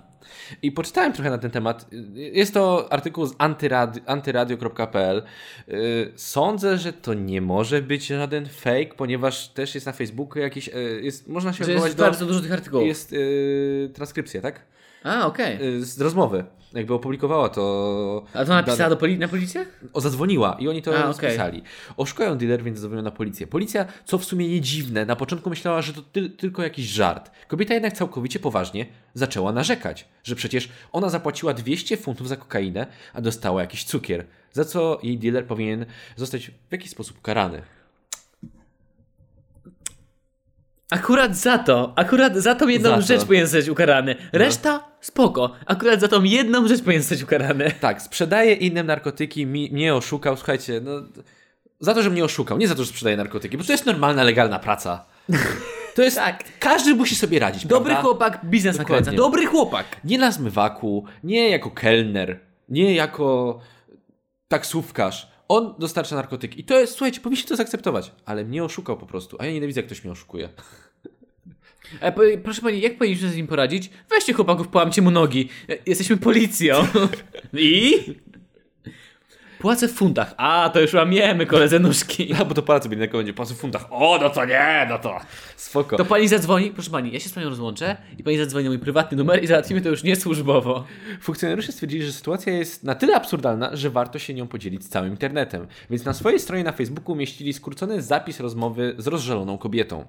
I poczytałem trochę na ten temat. Jest to artykuł z antyrad- antyradio.pl. Yy, Sądzę, że to nie może być żaden fake, ponieważ też jest na Facebooku jakiś. yy, Jest, można się
Że jest
odwołać do.
bardzo dużo tych artykułów.
Jest yy, transkrypcja, tak?
A, okej.
Yy, z rozmowy. Jakby opublikowała to.
A to napisała do poli- na policję?
O, zadzwoniła i oni to
A,
A,
okej.
spisali. Oszukają dealer, więc zadzwonią na policję. Policja, co w sumie nie dziwne, na początku myślała, że to ty- tylko jakiś żart. Kobieta jednak całkowicie poważnie zaczęła narzekać, że przecież ona zapłaciła 200 funtów za kokainę, a dostała jakiś cukier, za co jej dealer powinien zostać w jakiś sposób karany.
Akurat za to, akurat za tą jedną
Za to. No.
rzecz powinien zostać ukarany. Reszta spoko. Akurat za tą jedną rzecz powinien zostać ukarany.
Tak, sprzedaje innym narkotyki, mi, mnie oszukał, słuchajcie, no... Za to, że mnie oszukał, nie za to, że sprzedaje narkotyki, bo to jest normalna, legalna praca. To jest...
Tak.
Każdy musi sobie radzić,
Dobry
prawda?
chłopak, biznes
Dokładnie.
nakręca. Dobry chłopak.
Nie na zmywaku, nie jako kelner, nie jako taksówkarz. On dostarcza narkotyki. I to jest, słuchajcie, powinniście to zaakceptować. Ale mnie oszukał po prostu, a ja nienawidzę, jak ktoś mnie oszukuje.
E, po, proszę pani, jak powinniśmy z nim poradzić? Weźcie chłopaków, połamcie mu nogi. E, jesteśmy policją. I? Płacę w funtach. A, to już łamiemy koledze nóżki.
Albo to palce biednego będzie pasł w funtach. O, no to nie, no to. Spoko.
To pani zadzwoni, proszę pani, ja się z panią rozłączę i pani zadzwoni na mój prywatny numer i załatwimy to już niesłużbowo.
Funkcjonariusze stwierdzili, że sytuacja jest na tyle absurdalna, że warto się nią podzielić z całym internetem. Więc na swojej stronie na Facebooku umieścili skrócony zapis rozmowy z rozżaloną kobietą.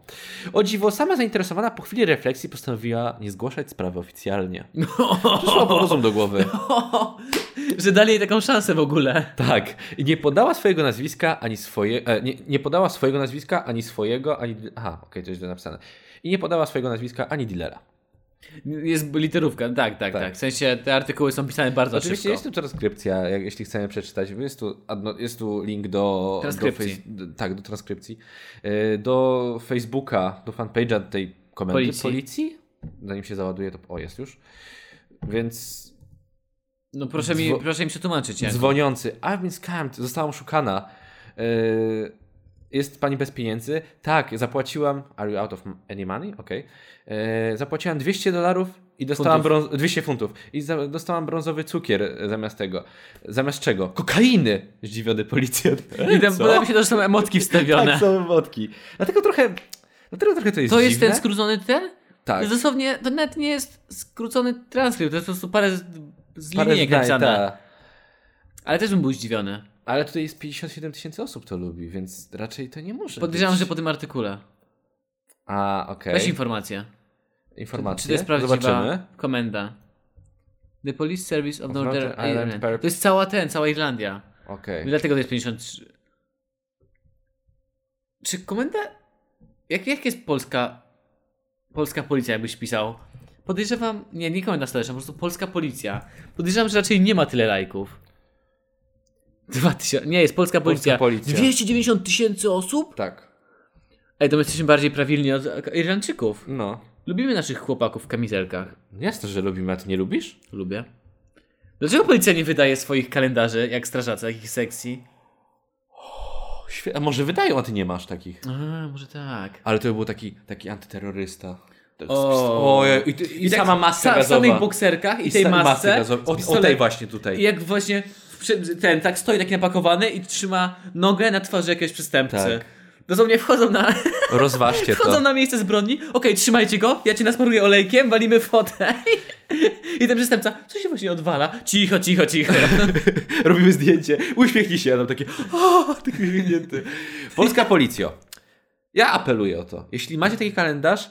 O dziwo, sama zainteresowana po chwili refleksji postanowiła nie zgłaszać sprawy oficjalnie. Przyszła po rozum do głowy.
Że dali jej taką szansę w ogóle.
Tak. I nie podała swojego nazwiska ani swoje. E, nie, nie podała swojego nazwiska ani swojego, ani. Aha, okej, to jest źle napisane. I nie podała swojego nazwiska ani dealera.
Jest literówka, tak, tak, tak,
Tak.
W sensie te artykuły są pisane bardzo
Oczywiście
szybko.
jest tu transkrypcja, jak, jeśli chcemy przeczytać. Jest tu, adno- jest tu link do.
Transkrypcji.
Do face- d- tak, do transkrypcji. E, do Facebooka, do fanpage'a tej komendy.
Policji.
Policji? Zanim się załaduje, to. O, jest już. Więc
No proszę mi,
Dzwo-
proszę mi się tłumaczyć. Jak.
dzwoniący. A więc scammed, zostałam szukana. Yy, E, Jest pani bez pieniędzy? Tak, zapłaciłam. Are you out of any money? Okej. E, Zapłaciłam 200 dolarów i dostałam brąz... 200 funtów. I za... dostałam brązowy cukier e, zamiast tego. Zamiast czego? Kokainy! Zdziwiony policjant.
I tam podoba mi się to, że są emotki wstawione.
Tak, są wodki. Dlatego trochę. Dlatego trochę to jest
to jest
dziwne.
ten skrócony ten? To
Tak.
jest dosłownie, to nawet nie jest skrócony transkrypt, to jest po prostu parę z, z
Parę
linijek
zdań,
napisane.
tak.
Ale też bym był zdziwiony.
Ale tutaj jest 57 tysięcy osób to lubi, więc raczej to nie może.
Podejrzewam,
być.
że po tym artykule.
A, okej.
Weź informację.
Informacje.
Czy to jest prawdziwa
Zobaczymy.
komenda? The Police Service of
Of
Northern,
Northern
Ireland.
Ireland per-
To jest cała ten, cała Irlandia.
Okej.
Dlatego to jest 53. Czy komenda... Jak, jak jest polska... Polska policja, jakbyś pisał? Podejrzewam... Nie, nie komenda stołeczna, po prostu polska policja. Podejrzewam, że raczej nie ma tyle lajków. 2000... Nie, jest polska policja.
policja.
290 tysięcy osób?
Tak.
Ej, to my jesteśmy bardziej prawilni od Irlandczyków.
No.
Lubimy naszych chłopaków w kamizelkach.
Jasne, że lubimy, a ty nie lubisz?
Lubię. Dlaczego policja nie wydaje swoich kalendarzy jak strażacy, jak ich sekcji?
O, świe- A może wydają, a ty nie masz takich.
A, może tak.
Ale to by był taki, taki antyterrorysta. To jest-
O.
Ojej, i, ty- i, tak sama masa
sa, W samych
gazowa.
bokserkach i,
I
tej
sa- masy
masce.
gazowe. O- o tej
pistolet-
właśnie tutaj.
I jak właśnie w przy- ten tak stoi taki napakowany i trzyma nogę na twarzy jakiegoś przestępcy.
Tak.
Dosłownie wchodzą na,
Rozważcie
wchodzą
to.
na miejsce zbrodni. Okej, trzymajcie go, ja cię nasmaruję olejkiem, walimy fotę. I ten przestępca, co się właśnie odwala? Cicho, cicho, cicho.
Robimy zdjęcie. Uśmiechnij się, Adam taki. O, taki uśmiechnięty. Polska policjo. Ja apeluję o to. Jeśli macie taki kalendarz,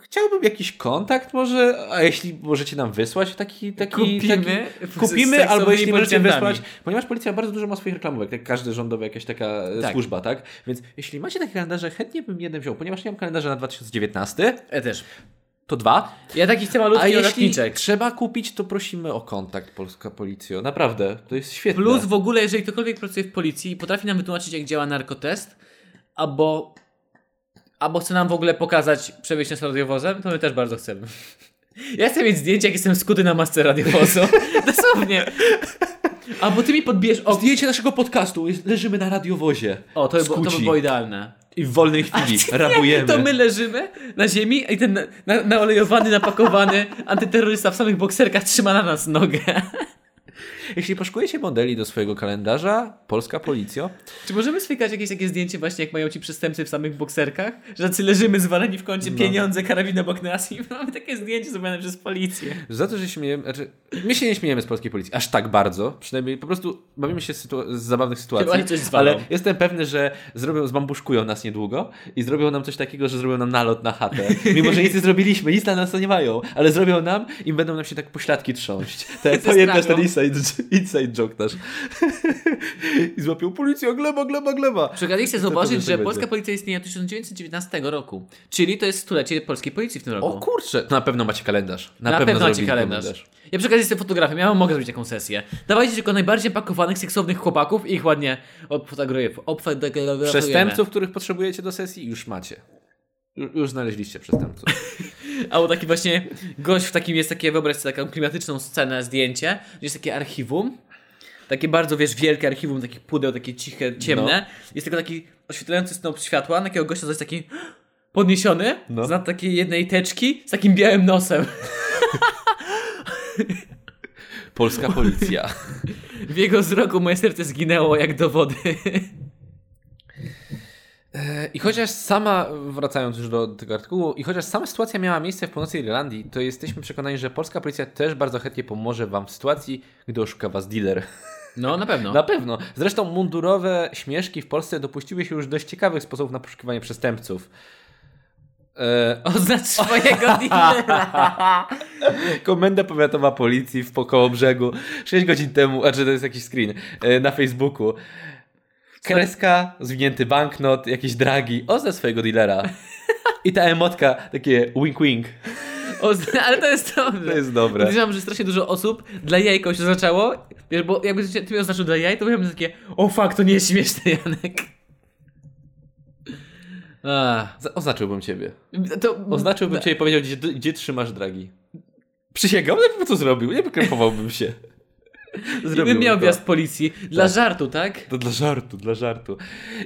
chciałbym jakiś kontakt może, a jeśli możecie nam wysłać taki... taki
Kupimy
Taki,
z
kupimy
seksownymi
albo jeśli możecie
policjantami.
wysłać, ponieważ policja bardzo dużo ma swoich reklamówek, jak każdy rządowy jakaś taka e,
Tak.
służba, tak? Więc jeśli macie takie kalendarze, chętnie bym jeden wziął, ponieważ nie mam kalendarza na 2019,
Ja też.
to dwa.
Ja taki chcę malutki
A jeśli
notatniczek.
trzeba kupić, to prosimy o kontakt Polska Policjo. Naprawdę, to jest świetne.
Plus w ogóle, jeżeli ktokolwiek pracuje w policji i potrafi nam wytłumaczyć, jak działa narkotest, albo, albo chce nam w ogóle pokazać przewieźć nas radiowozem, to my też bardzo chcemy. Ja chcę mieć zdjęcie, jak jestem skuty na masce radiowozu. Dosłownie. Albo ty mi podbierz ok.
Zdjęcie naszego podcastu. Jest- Leżymy na radiowozie.
O, to by, było- to by
Skuci.
było idealne.
I w wolnej chwili
Nie,
rabujemy.
to my leżymy na ziemi i ten na- na- naolejowany, napakowany antyterrorysta w samych bokserkach trzyma na nas nogę.
Jeśli poszukujecie modeli do swojego kalendarza, Polska Policjo,
Czy możemy spikać jakieś takie zdjęcie właśnie, jak mają ci przestępcy w samych bokserkach? Że tacy leżymy zwaleni w kącie,
No.
pieniądze, karabin obok nas i mamy takie zdjęcie zrobione przez policję.
za to, że śmiejemy, znaczy, my się nie śmiejemy z Polskiej Policji aż tak bardzo, przynajmniej po prostu bawimy się z, sytu- z zabawnych sytuacji,
oni coś zwalą.
ale jestem pewny, że zrobią, zbambuszkują nas niedługo i zrobią nam coś takiego, że zrobią nam nalot na chatę, mimo że nic nie zrobiliśmy, nic na nas nie mają, ale zrobią nam i będą nam się tak pośladki trząść. Te,
Ze
pamiętasz ten
strachą.
inside, inside joke nasz. I złapią policję, gleba, gleba, gleba.
Przegadaliście
powiem,
zauważyć,
że
że
będzie.
polska policja istnieje od 1919 roku, czyli to jest stulecie polskiej policji w tym roku.
O kurczę, na pewno macie kalendarz. Na,
Na, pewno macie
zrobili
kalendarz. Ja przekazuję sobie fotografię, ja mogę zrobić taką sesję. Dawajcie tylko najbardziej pakowanych, seksownych chłopaków i ich ładnie obfotografujemy. obfotografujemy.
Przestępców, których potrzebujecie do sesji, już macie. Ju- Już znaleźliście przestępców.
Albo taki właśnie gość w takim jest takie, wyobraź sobie taką klimatyczną scenę, zdjęcie, gdzie jest takie archiwum. Takie bardzo, wiesz, wielkie archiwum, takich pudeł, takie ciche, ciemne. Jest tylko taki oświetlający snop światła, na takiego gościa coś taki podniesiony,
No.
z nad takiej jednej teczki, z takim białym nosem.
Polska policja.
W jego wzroku moje serce zginęło jak do wody.
E, I chociaż sama, wracając już do tego artykułu, i chociaż sama sytuacja miała miejsce w północnej Irlandii, to jesteśmy przekonani, że polska policja też bardzo chętnie pomoże wam w sytuacji, gdy oszuka was dealer.
No, na pewno.
Na pewno. Zresztą mundurowe śmieszki w Polsce dopuściły się już dość ciekawych sposobów na poszukiwanie przestępców. E,
Oznacz swojego dealera.
Komenda Powiatowa Policji w Pokoło Brzegu 6 godzin temu, a czy to jest jakiś screen, e, na Facebooku. Kreska, zwinięty banknot, jakieś dragi, oznacz swojego dealera. I ta emotka, takie wink wink.
Ozna- ale to jest dobre.
To jest dobre.
Podejrzewam, że strasznie dużo osób dla jaj kogoś oznaczało, wiesz, bo jakby cię- ty mnie oznaczył dla jaj, to byłem takie, o fuck, to nie jest śmieszne, Janek. Ah,
Z- Oznaczyłbym ciebie.
to
Oznaczyłbym ciebie i no powiedział, gdzie, gdzie trzymasz dragi. Przysięgam, ale bym co zrobił, nie wykrępowałbym się.
I bym
Zrobiłbym
miał
to.
wjazd policji. Dla żartu, tak?
To dla żartu, dla żartu.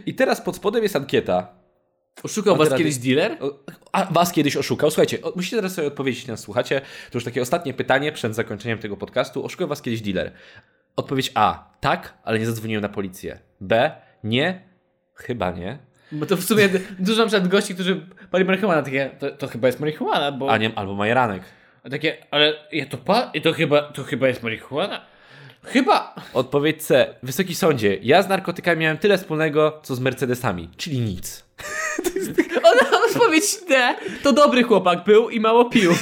I teraz pod spodem jest ankieta.
Oszukał was
Kontrady.
kiedyś dealer?
O, A was kiedyś oszukał? Słuchajcie, o, musicie teraz sobie odpowiedzieć, jeśli nas słuchacie. To już takie ostatnie pytanie przed zakończeniem tego podcastu. Oszukał was kiedyś dealer? Odpowiedź A. Tak, ale nie zadzwoniłem na policję. B. Nie. Chyba nie.
Bo to w sumie dużo na przykład gości, którzy pali marihuanę, takie, to, to chyba jest marihuana, bo...
A nie, albo majeranek.
A Takie, ale ja to pa... i to chyba, to chyba jest marihuana? Chyba...
Odpowiedź C. Wysoki sądzie, ja z narkotykami miałem tyle wspólnego, co z Mercedesami, czyli nic.
Ona odpowiedź D. To dobry chłopak był i mało pił.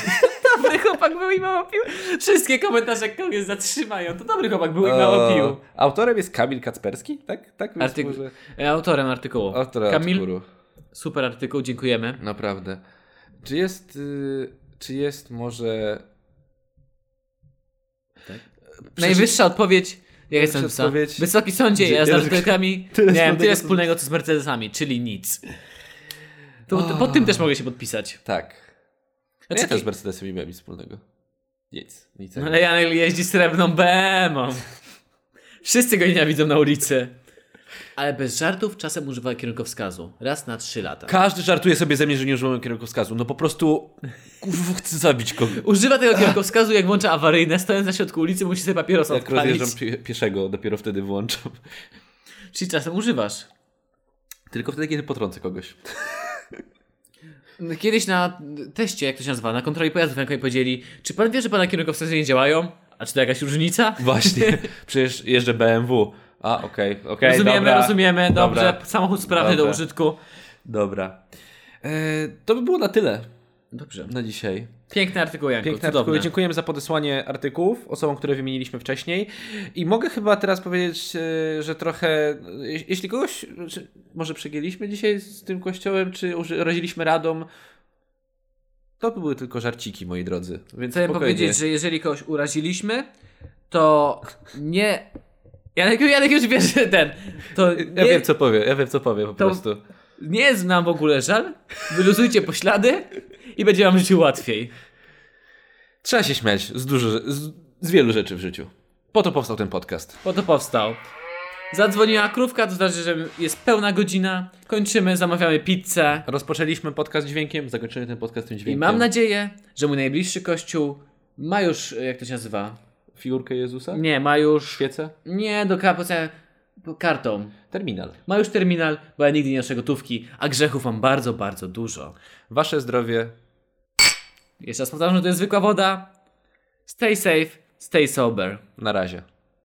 dobry chłopak był i mało pił. Wszystkie komentarze kogoś zatrzymają. To dobry chłopak był i mało pił.
E, Autorem jest Kamil Kacperski, tak? tak jest
Artykuł.
może-
e, Autorem artykułu.
Autorem
Kamil,
artykułu.
super artykuł, dziękujemy.
Naprawdę. Czy jest. y, Czy jest może. Tak?
Najwyższa odpowiedź... Jak jestem psa.
odpowiedź-
Wysoki sądzie, ja z
Tyle-
narkotykami
tyle
miałem
wspólnego,
tyle
co-
wspólnego co z Mercedesami, czyli nic. To, to, pod tym też mogę się podpisać.
Tak. No
Znaczy,
ja też z Mercedesem nie miałem nic wspólnego. Nic. nic
No ale Janek jeździ srebrną BM-ą. Wszyscy go nienawidzą na ulicy. Ale bez żartów czasem używa kierunkowskazu. Raz na trzy lata.
Każdy żartuje sobie ze mnie, że nie użyłem kierunkowskazu. No po prostu. Kurwa, chcę zabić kogoś.
Używa tego kierunkowskazu, jak włącza awaryjne, stojąc na środku ulicy, musi sobie papierosa
Jak
odpalić.
rozjeżdżam pie- pieszego, dopiero wtedy włączam.
Czyli czasem używasz.
Tylko wtedy, kiedy potrącę kogoś.
No, Kiedyś na teście, jak to się nazywa, na kontroli pojazdów ręką powiedzieli, czy pan wie, że pana kierunkowskazy nie działają? A czy to jakaś różnica?
Właśnie. Przecież jeżdżę BMW. A, okej, okej.
rozumiemy,
dobra.
rozumiemy, dobrze.
Dobra.
Samochód sprawny do
Dobra.
użytku.
Dobra. E, to by było na tyle
Dobrze.
na dzisiaj.
Piękny artykuł, Janku.
Piękne
Piękny
artykuły.
cudowny.
Dziękujemy za podesłanie artykułów osobom, które wymieniliśmy wcześniej. I mogę chyba teraz powiedzieć, e, że trochę, je- jeśli kogoś, czy może przegięliśmy dzisiaj z tym kościołem, czy uży- raziliśmy radą, to były tylko żarciki, moi drodzy. Więc
Chcę
spokojnie.
powiedzieć, że jeżeli kogoś uraziliśmy, to nie. Janek, Janek już wie, że ten. To nie,
Ja wiem, co powiem, ja wiem, co powiem po
To-
prostu.
nie jest nam w ogóle żal. Wyluzujcie poślady i będzie wam w życiu łatwiej.
Trzeba się śmiać z, dużo, z, z wielu rzeczy w życiu. Po to powstał ten podcast.
Po to powstał. Zadzwoniła krówka, to znaczy, że jest pełna godzina. Kończymy, zamawiamy pizzę.
Rozpoczęliśmy podcast dźwiękiem, zakończymy ten podcast tym
I
dźwiękiem.
mam nadzieję, że mój najbliższy kościół ma już, e, jak to się nazywa?
Figurkę Jezusa?
Nie, ma już.
Świecę?
Nie, do kapocenia kartą.
Terminal.
Ma już terminal, bo ja nigdy nie noszę gotówki, a grzechów mam bardzo, bardzo dużo.
Wasze zdrowie.
Jeszcze raz powtarzam, że to jest zwykła woda. Stay safe, stay sober.
Na razie.